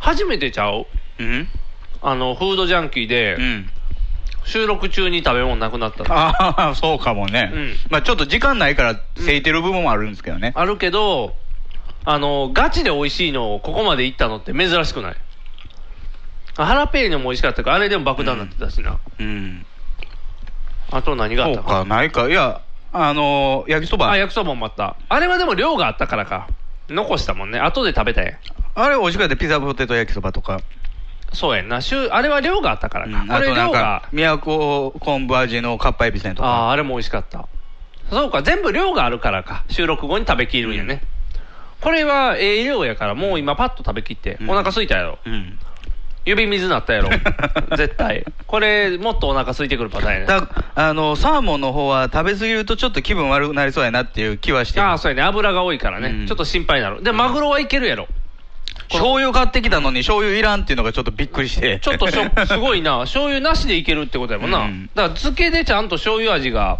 C: 初めてちゃう
B: うん
C: あのフードジャンキーで、収録中に食べ物なくなったの
B: ああそうかもね、まあちょっと時間ないからせいてる部分もあるんですけどね、
C: あるけどあのガチで美味しいのをここまで行ったのって珍しくないあハラペーニョも美味しかったからあれでも爆弾になってたしな、
B: うん
C: あと何があった
B: かないかいやあのー焼きそば
C: あ焼きそばもあったあれはでも量があったからか残したもんね後で食べたやん
B: あれ美味しかったピザポテト焼きそばとか
C: そうやんなしゅあれは量があったからか、あ
B: あ
C: れ
B: とな
C: 量
B: ん
C: が
B: か宮古昆布味のかっぱえびせんとか
C: あああれも美味しかったそうか全部量があるからか収録後に食べきるんやね、これは栄養やからもう今パッと食べきって、お腹空いたやろ、指水なった やろ絶対これもっとお腹空いてくるパターンやね
B: だあのサーモンの方は食べ過ぎるとちょっと気分悪くなりそうやなっていう気はして
C: ああそうやね油が多いからね、ちょっと心配になるでマグロはいけるやろ
B: 醤油買ってきたのに醤油いらんっていうのがちょっとびっくりして
C: ちょっとしょ すごいな醤油なしでいけるってことやもんな、だから漬けでちゃんと醤油味が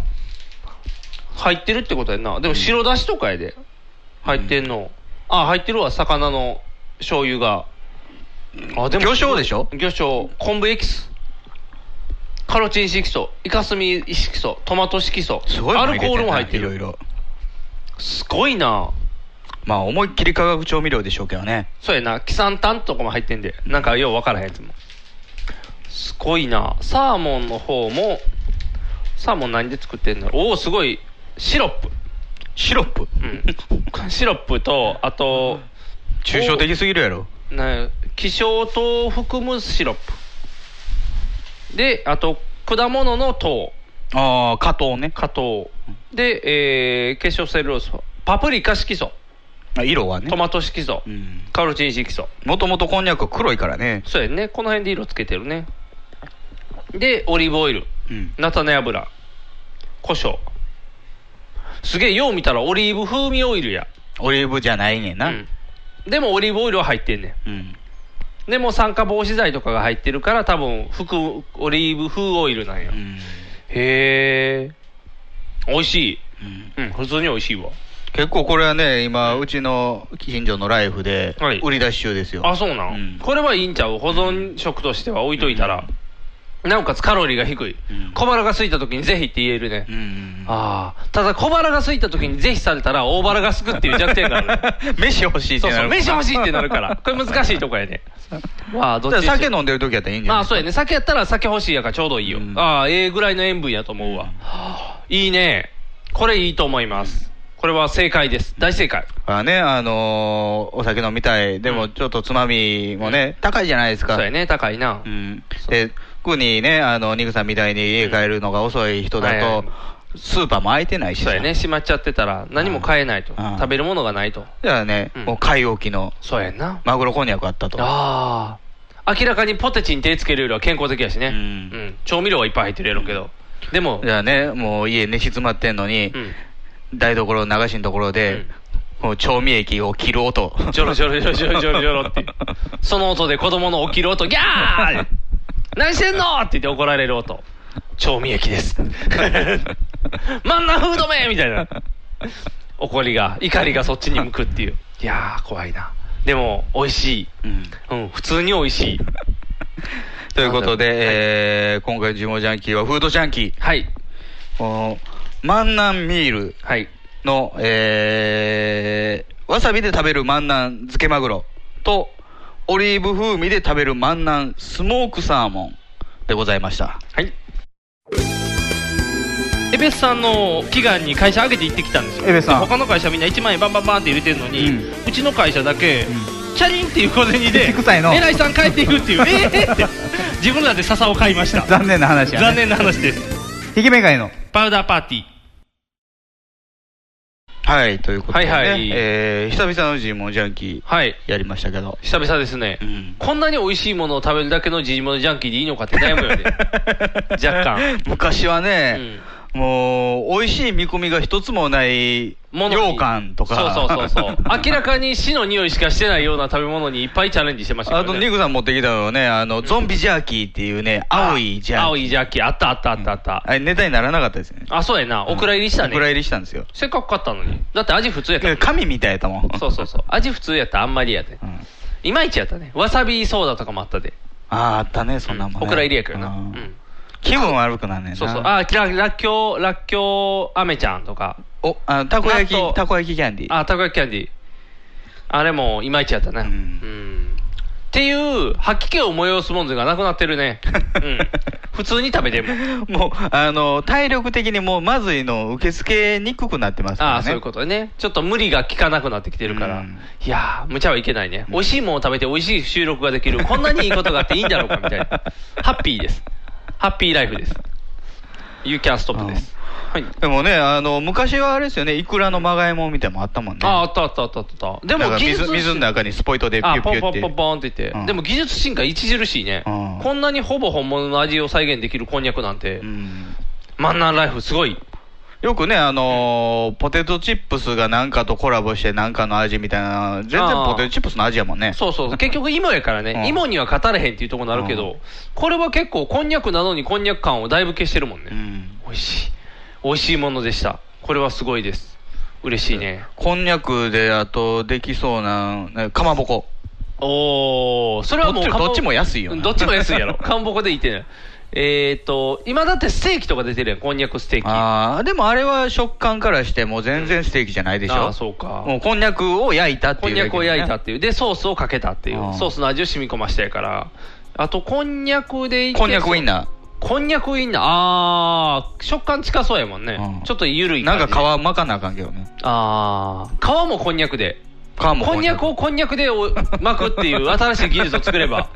C: 入ってるってことやんなでも白だしとかやで入ってんの、あ入ってるわ魚の醤油があでも魚醤でしょ魚醤昆布エキスカロチン色素イカスミ色素トマト色素
B: ごいも
C: ア
B: ん入
C: ル
B: れてんな
C: コールも入ってる
B: いろいろ
C: すごいな
B: まあ思いっきり化学調味料でしょうけどね
C: そうやな、キサンタンとかも入ってんで、なんかよう分からへんやつも。すごいな、サーモンの方も、サーモン何で作ってんのおお、すごい、シロップ。
B: シロップ
C: うん。シロップと、あと、
B: 抽象的すぎるやろ
C: な希少糖を含むシロップ。で、あと、果物の糖。
B: ああ加糖ね
C: 加糖。で、えー、結晶セルロース、パプリカ色素。
B: 色はね
C: トマト色素、カロチン色素
B: もともとこんにゃく黒いからね
C: そうやねこの辺で色つけてるねでオリーブオイル、
B: うん
C: 菜種油胡椒すげえよう見たらオリーブ風味オイルや
B: オリーブじゃないねんな、
C: でもオリーブオイルは入ってんねん、でも酸化防止剤とかが入ってるから多分含オリーブ風オイルなんや、へえ美味しい、うん普通に美味しいわ
B: 結構これはね今うちの近所のライフで
C: はい
B: 売り出し中ですよ、
C: あそうなん、これはいいんちゃう保存食としては置いといたら、なおかつカロリーが低い、小腹が空いた時にぜひって言えるね、ああただ小腹が空いた時にぜひされたら大腹がすくっていう弱点がある
B: 飯欲しいって
C: そう
B: なる
C: そう飯欲しいってなるからこれ難しいとこ やねまあどっちにしろ
B: だから酒飲んでる時やったらいいんじゃ
C: ま
B: な
C: あ
B: い
C: そうやね酒やったら酒欲しいやからちょうどいいよ、ああええぐらいの塩分やと思うわ、いいねこれいいと思いますこれは正解です大正解
B: あね、あのーお酒飲みたい、でもちょっとつまみもね、高いじゃないですか。
C: そうやね、高いな。
B: うん。で、特にね、あの、ニグさんみたいに家帰るのが遅い人だ
C: はいは
B: と、スーパーも空いてないし
C: そうやね閉まっちゃってたら何も買えないと食べるものがないと
B: だからね、もう買い置きの、
C: そうやんな。
B: マグロこんにゃくあったと。
C: ああ明らかにポテチに手つけるよりは健康的やしね、うん調味料はいっぱい入ってるやろうけどでも
B: じゃあね、もう家寝静まってんのに、台所、流しのところで、こう調味液を切る音。
C: ジョロジョロジョロジョロジョロジョ ロってその音で子供の起きる音ギャー何してんのって言って怒られる音調味液です マンナフードめみたいな怒りが怒りがそっちに向くっていういやー怖いなでも美味しい、うん普通に美味しい
B: ということで、えー今回ジモジャンキーはフードジャンキー。
C: はい。
B: 万南ミールの、えーわさびで食べる万南漬けマグロと、オリーブ風味で食べる万南スモークサーモンでございました。
C: はい。エベスさんの祈願に会社上げて行ってきたんですよ
B: エベスさん
C: で他の会社みんな1万円バンバンバンって入れてるのに、うちの会社だけ、チャリンっていう小銭で
B: 臭いの
C: 偉いさん帰っていくっ ていうえーって自分らで笹を買いました
B: 残念な話
C: 残念な話です
B: ひげめがいの。
C: パウダーパーティー
B: はい、ということで、ね。
C: はいはい
B: えー久々のジモジャンキ
C: ー
B: やりましたけど。
C: 久々ですね、こんなに美味しいものを食べるだけのジジモノジャンキーでいいのかって悩む よね若干
B: 昔はね、もう、美味しい見込みが一つもない、
C: のに
B: 羊羹とか。
C: そうそう そうそう明らかに死の匂いしかしてないような食べ物にいっぱいチャレンジしてました
B: あ
C: けど
B: と、
C: ね
B: ニグさん持ってきたのはね、あの、ゾンビジャーキーっていうね、青いジャーキー。
C: 青いジャーキー、あったあったあったあった。
B: あれ、ネタにならなかったですね。
C: あ、そうやな。お蔵入りした
B: お
C: ね。
B: 蔵入りしたんですよ。
C: せっかく買ったのに。だって味普通やった。
B: 神みたいやったもん。
C: そうそうそう。味普通やった。あんまりやで。いまいちやったね。わさびソーダとかもあったで。
B: ああ、あったね、そんなんも、ね
C: お蔵入りやけどな。
B: 気分悪くなんねんな。
C: そうそう。あ、きら、らっきょう、らっきょう、あめちゃんとか。
B: お、あたこ焼
C: 納
B: き、たこ焼きキャンディー。
C: あ、たこ焼きキャンディー。あれもいまいちやったね。うん。っていう、吐き気を催すものがなくなってるね。 うん。普通に食べても。
B: もう、あの、体力的にもうまずいの受け付けにくくなってますからね。
C: ああ、そういうことね。ちょっと無理が効かなくなってきてるから。いやー、無茶はいけないね。美味しいものを食べて美味しい収録ができる。こんなにいいことがあっていいんだろうか、みたいな。ハッピーです。ハッピーライフです。You can stop です。
B: でもね、あの、昔はあれですよね、イクラのまがいもんみたいなのもあったもんね。あ、
C: あったあったあったあった。で
B: だか
C: も
B: ら
C: 技術
B: 水、水の中にスポイトでピュ
C: あ
B: ッピ
C: ポ
B: ュ
C: ンポ
B: ッ
C: ンポン
B: て。
C: ポンって言って、でも技術進化著しいね、こんなにほぼ本物の味を再現できるこんにゃくなんて、マンナーライフすごい
B: よくね、あのーポテトチップスがなんかとコラボしてなんかの味みたいな、全然
C: あー
B: ポテトチップスの味やもんね。
C: そ うそう、結局芋やからね、芋には勝たれへんっていうところになるけど、これは結構、こんにゃくなのにこんにゃく感をだいぶ消してるもんね。美味しい。美味しいものでした。これはすごいです。嬉しいね。
B: こんにゃくで、あと、できそうな、ねかまぼこ。
C: おー、それはも
B: ど
C: う
B: っち
C: かまぼ
B: どっちも安いよな
C: うんどっちも安いや ろ。かんぼこでいいってね。えーっと、今だってステーキとか出てるやん、こんにゃくステーキ。
B: ああ、でもあれは食感からして、もう全然ステーキじゃないでしょ。
C: あーそうか
B: もうこんにゃくを焼いたって
C: こ
B: い
C: ん
B: う、
C: にゃくを焼いたっていう。で、ソースをかけたっていう。ソースの味を染み込ましたやから。あと、こんにゃくでいけ
B: こんにゃくウインナー。
C: こんにゃくウインナー。あー、食感近そうやもんね。ちょっと緩い
B: な
C: 感
B: ん
C: じ。
B: か皮巻かなあかんけどね。
C: ああ。皮もこんにゃくで。
B: 皮も
C: こんにゃくをこんにゃくでお巻くっていう新しい技術を作れ ば。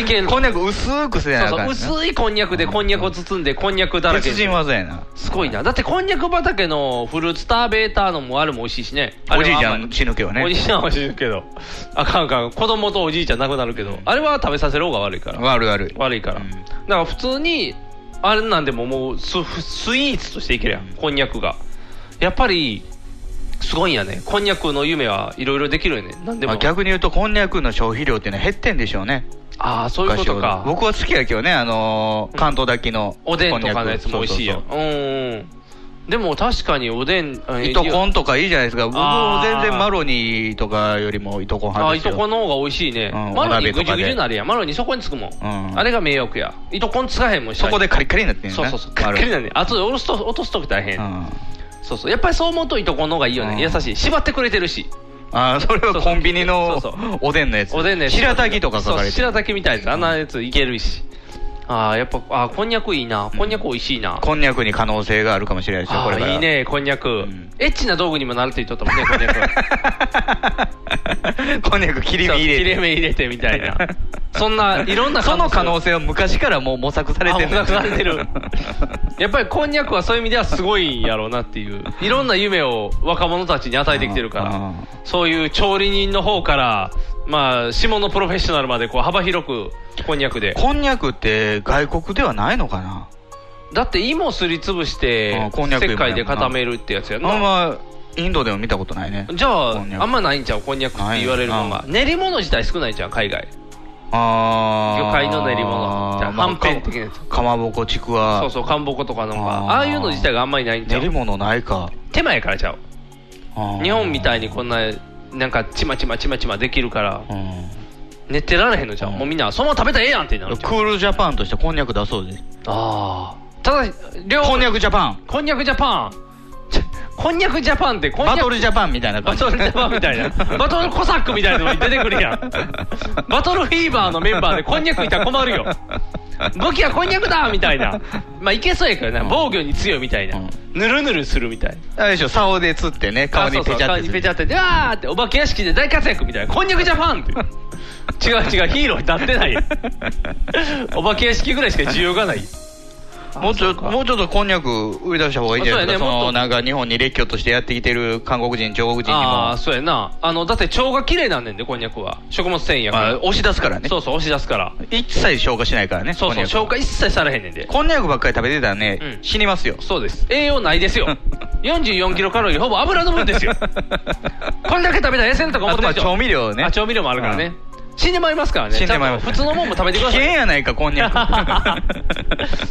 C: いけん
B: こんにゃく薄くせなあ
C: そ
B: かん
C: う
B: ね
C: そう薄いこんにゃくでこんにゃくを包んでこんにゃくだらけ
B: 別人技やな
C: すごいなだってこんにゃく畑のフルーツターベーターのもあるも美味しいしね
B: おじいちゃ
C: あれは甘
B: ん死ぬけどね
C: おじいちゃんは死ぬけどあかんあかん子供とおじいちゃん亡くなるけどあれは食べさせる方が悪いから
B: 悪い悪い
C: 悪いから、だから普通にあれなんでももうススイーツとしていけるやんこんにゃくがやっぱりすごいんやねこんにゃくの夢はいろいろできるよねなんで
B: ま
C: も
B: あ、逆に言うとこんにゃくの消費量っていうのは減ってんでしょうね
C: ああそういうことか
B: 僕は好きやけどねあのー関東炊きの
C: おでんと
B: こ
C: か
B: に
C: の
B: ゃ
C: や
B: く
C: つも美味しいやん
B: そううそ
C: んうんでも確かにおでん
B: うそういとこんとかいいじゃないですか僕も
C: あー
B: 全然マロニーとかよりもいとこ
C: あ
B: 派
C: あ
B: で
C: い
B: すよ
C: とこの方が美味しいね、
B: ん
C: マロニ
B: お鍋
C: ーぐ
B: と
C: じゅ
B: かで
C: ぐじゅになるやんマロニーそこにつくもん、
B: ん
C: あれが迷惑やいとこにつかへんもん
B: そこでカリッカリになってんね
C: ん
B: ん
C: そう
B: な
C: そうそうカリッカリなんであとで落とすと落とすとき大変、そうそうやっぱりそう思うといとこの方がいいよね、優しい縛ってくれてるし
B: あーそれはコンビニのおでんのやつ
C: おでんね
B: 白滝とか書か
C: そ
B: れ
C: う
B: てる
C: 白滝みたいなやつあんなやついけるしああやっぱあーこんにゃくいいなこんにゃく美味しいな、
B: こんにゃくに可能性があるかもしれないですよ
C: あ
B: これから
C: ーいいねこんにゃく、エッチな道具にもなるって言っとったもんねこんにゃ く
B: こんにゃく切り身入れて
C: 切れ目入れてみた いなそんないろんな
B: その可能性は昔からもう模索されてる
C: あ模索され てるやっぱりこんにゃくはそういう意味ではすごいんやろうなっていういろんな夢を若者たちに与えてきてるからそういう調理人の方からまあ下のプロフェッショナルまでこう幅広くこんにゃくで
B: こんにゃくって外国ではないのかな
C: だって芋すりつぶして
B: あこんにゃく芋
C: 世界で固めるってやつやんな
B: あんまインドでも見たことないね
C: じゃあ
B: こんにゃく
C: あんまないんちゃうこんにゃくって言われるのが練り物自体少ないじゃん海外
B: あー
C: 魚介の練り物じゃあ
B: まあ
C: はんぺん的なやつ
B: かまぼこちくわ
C: そうそうかんぼことかのがああいうの自体があんまりないんちゃ
B: 練
C: う
B: り物ないか
C: 手前からちゃう
B: あー
C: 日本みたいにこんななんかちまちまちまちまできるから寝てられへんのじゃんもうみんなそのまま食べたらええやんってなる
B: クールジャパンとしてこんにゃく出そうで
C: ああただ両こんに
B: ゃくジャパン
C: こんにゃくジャパンちょこんにゃくジャパンってこんにゃく
B: バトルジャパンみたいな
C: バトルジャパンみたいなバトルコサックみたいなのに出てくるやんバトルフィーバーのメンバーでこんにゃくいたら困るよ武器はこんにゃくだみたいなまあいけそうやけどな防御に強いみたいなぬるぬるするみたいな
B: あれでしょ竿で釣ってね顔にペチャっ
C: あそうそう顔に
B: て
C: ペチャってでわーってお化け屋敷で大活躍みたいなこんにゃくジャパンって違う違うヒーローになってないよお化け屋敷ぐらいしか需要がない
B: もうちょもうちょっとこんにゃく売り出した方がいいんじゃないですか
C: あそう
B: その
C: やねもっと
B: なんか日本に列挙としてやってきてる韓国人中国人に
C: あ
B: も
C: あそうやなあのだって腸が綺麗なんねんでこんにゃくは食物繊維やから、
B: 押し出すからね
C: そうそう押し出すから
B: 一切消化しないからね
C: そうそう
B: こんにゃく
C: 消化一切されへんねんで
B: こんにゃくばっかり食べてたらね、死にますよ
C: そうです栄養ないですよ 44キロカロリーほぼ油の分ですよこれだけ食べたら痩せんとか思ってる
B: あとまあ調味料ね
C: あ調味料もあるからね、死んでまいりますからね
B: 死んでまいります
C: ちゃんと普通のもんも食べてください
B: 危険や ないかこんにゃく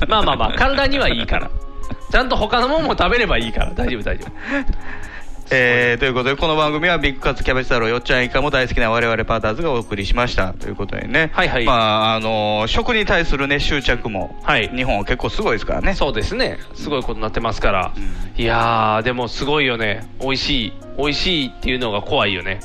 C: まあまあまあ体にはいいからちゃんと他のもんも食べればいいから大丈夫大丈夫
B: えー、ということでこの番組はビッグカツキャベツ太郎よっちゃんイカも大好きな我々パーターズがお送りしましたということでねはいはいまああのー食に対するね執着も、日本は結構すごいですからね
C: そうですねすごいことになってますから、いやーでもすごいよね美味しい美味しいっていうのが怖いよね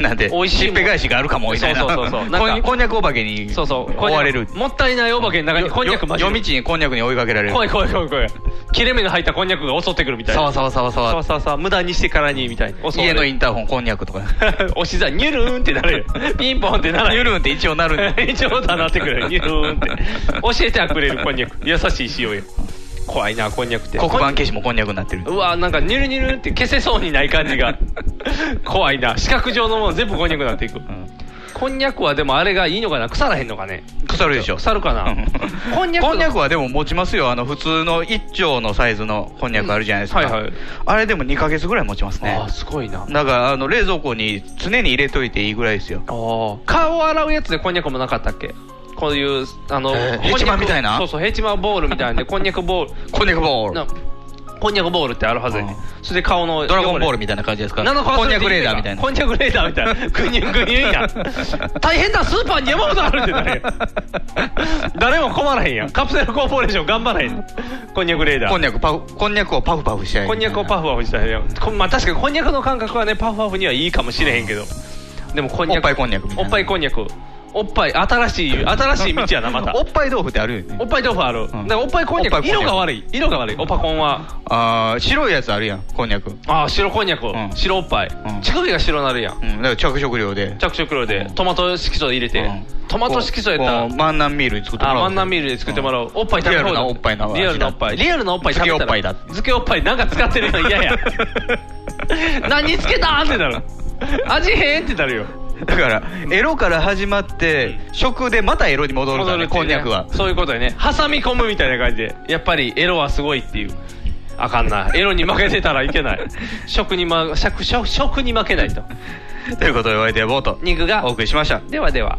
B: なんで
C: 美味しい
B: しっぺ返しがあるかもみたいな
C: そうそうそうそう
B: こんこんにゃくお化けに
C: そうそう
B: 追われる
C: もったいないお化けの中にこんにゃく混じる
B: 夜道にこんにゃくに追いかけられる
C: 怖い怖い怖い怖い切れ目の入ったこんにゃくが襲ってくるみたいな
B: さわさわさわさわ
C: さわさわさわ無駄にしてからにみたいな襲われ
B: 家
C: る
B: のインターホンこんにゃくとか
C: 押しざニュルーンって なるよピンポンってなら
B: ニュルーンって 一応なる
C: 一応だなってくるニュルーンって教えてはくれるこんにゃく優しい塩よ怖いなこんにゃくって
B: 黒板消しもこんにゃくになってる
C: うわなんかニュルニュルって消せそうにない感じ が怖いな四角状のもの全部こんにゃくになっていく、こんにゃくはでもあれがいいのかな腐らへんのかね
B: 腐るでしょ
C: 腐るかな
B: こんにゃくはでも持ちますよあの普通の一丁のサイズのこんにゃくあるじゃないですか、
C: うんはいはい
B: あれでも2ヶ月ぐらい持ちますね
C: あすごいな
B: だからあの冷蔵庫に常に入れといていいぐらいですよ
C: 顔を洗うやつでこんにゃくもなかったっけこういうあの、
B: えー
C: こんにゃく
B: ヘチマみたいな
C: そうそうヘチマボールみたいな んでこんにゃくボール
B: こんにゃくボール
C: なこんにゃくボールってあるはずやねそれで顔の
B: ドラゴンボールみたいな感じですかこんにゃくレーダーみたいな
C: こんにゃくレーダーみたいなグニュングニュンや ん大変だスーパーに山ほどあるんじゃない 誰も困らへんやんカプセルコーポレーション頑張らへんこんにゃくレーダー
B: こんにゃくパフこんにゃくをパフパフしたい
C: こんにゃくをパフパフしたいよこまあ確かにこんにゃくの感覚はねパフパフにはいいかもしれへんけどでもこんにゃくおっぱいこんにゃくおっぱいこんにゃくおっぱい新しい新しい道やな また
B: おっぱい豆腐ってあるよね
C: おっぱい豆腐ある、だからおっぱいこんにゃ
B: おっ
C: く
B: ぱいこんにゃ
C: 色
B: く
C: が悪い色が悪いおっぱこんは
B: あー白いやつあるやんこんにゃく
C: ああ白こんにゃく、白おっぱい、乳首が白なるやん、
B: だから着色料で
C: 着色料でトマト色素入れて、トマト色素やったら
B: こう万南ミールに作っても
C: あ
B: らおう
C: 万南ミールで作ってもらう、おっぱい食べ
B: リアルなおっぱいの味だ
C: リアルなおっぱいリアルなおっぱい食べたら
B: 漬けおっぱいだ
C: 漬けおっぱいなんか使ってるの 嫌や何つけたーってなる味変ってなるよ
B: だからエロから始まって食でまたエロに戻るからねこんにゃくは
C: そういうことやね挟み込むみたいな感じでやっぱりエロはすごいっていうあかんなエロに負けてたらいけない食に,、ま、食食食に負けないと
B: ということでお相手はボート
C: 肉が
B: お送りしました
C: ではでは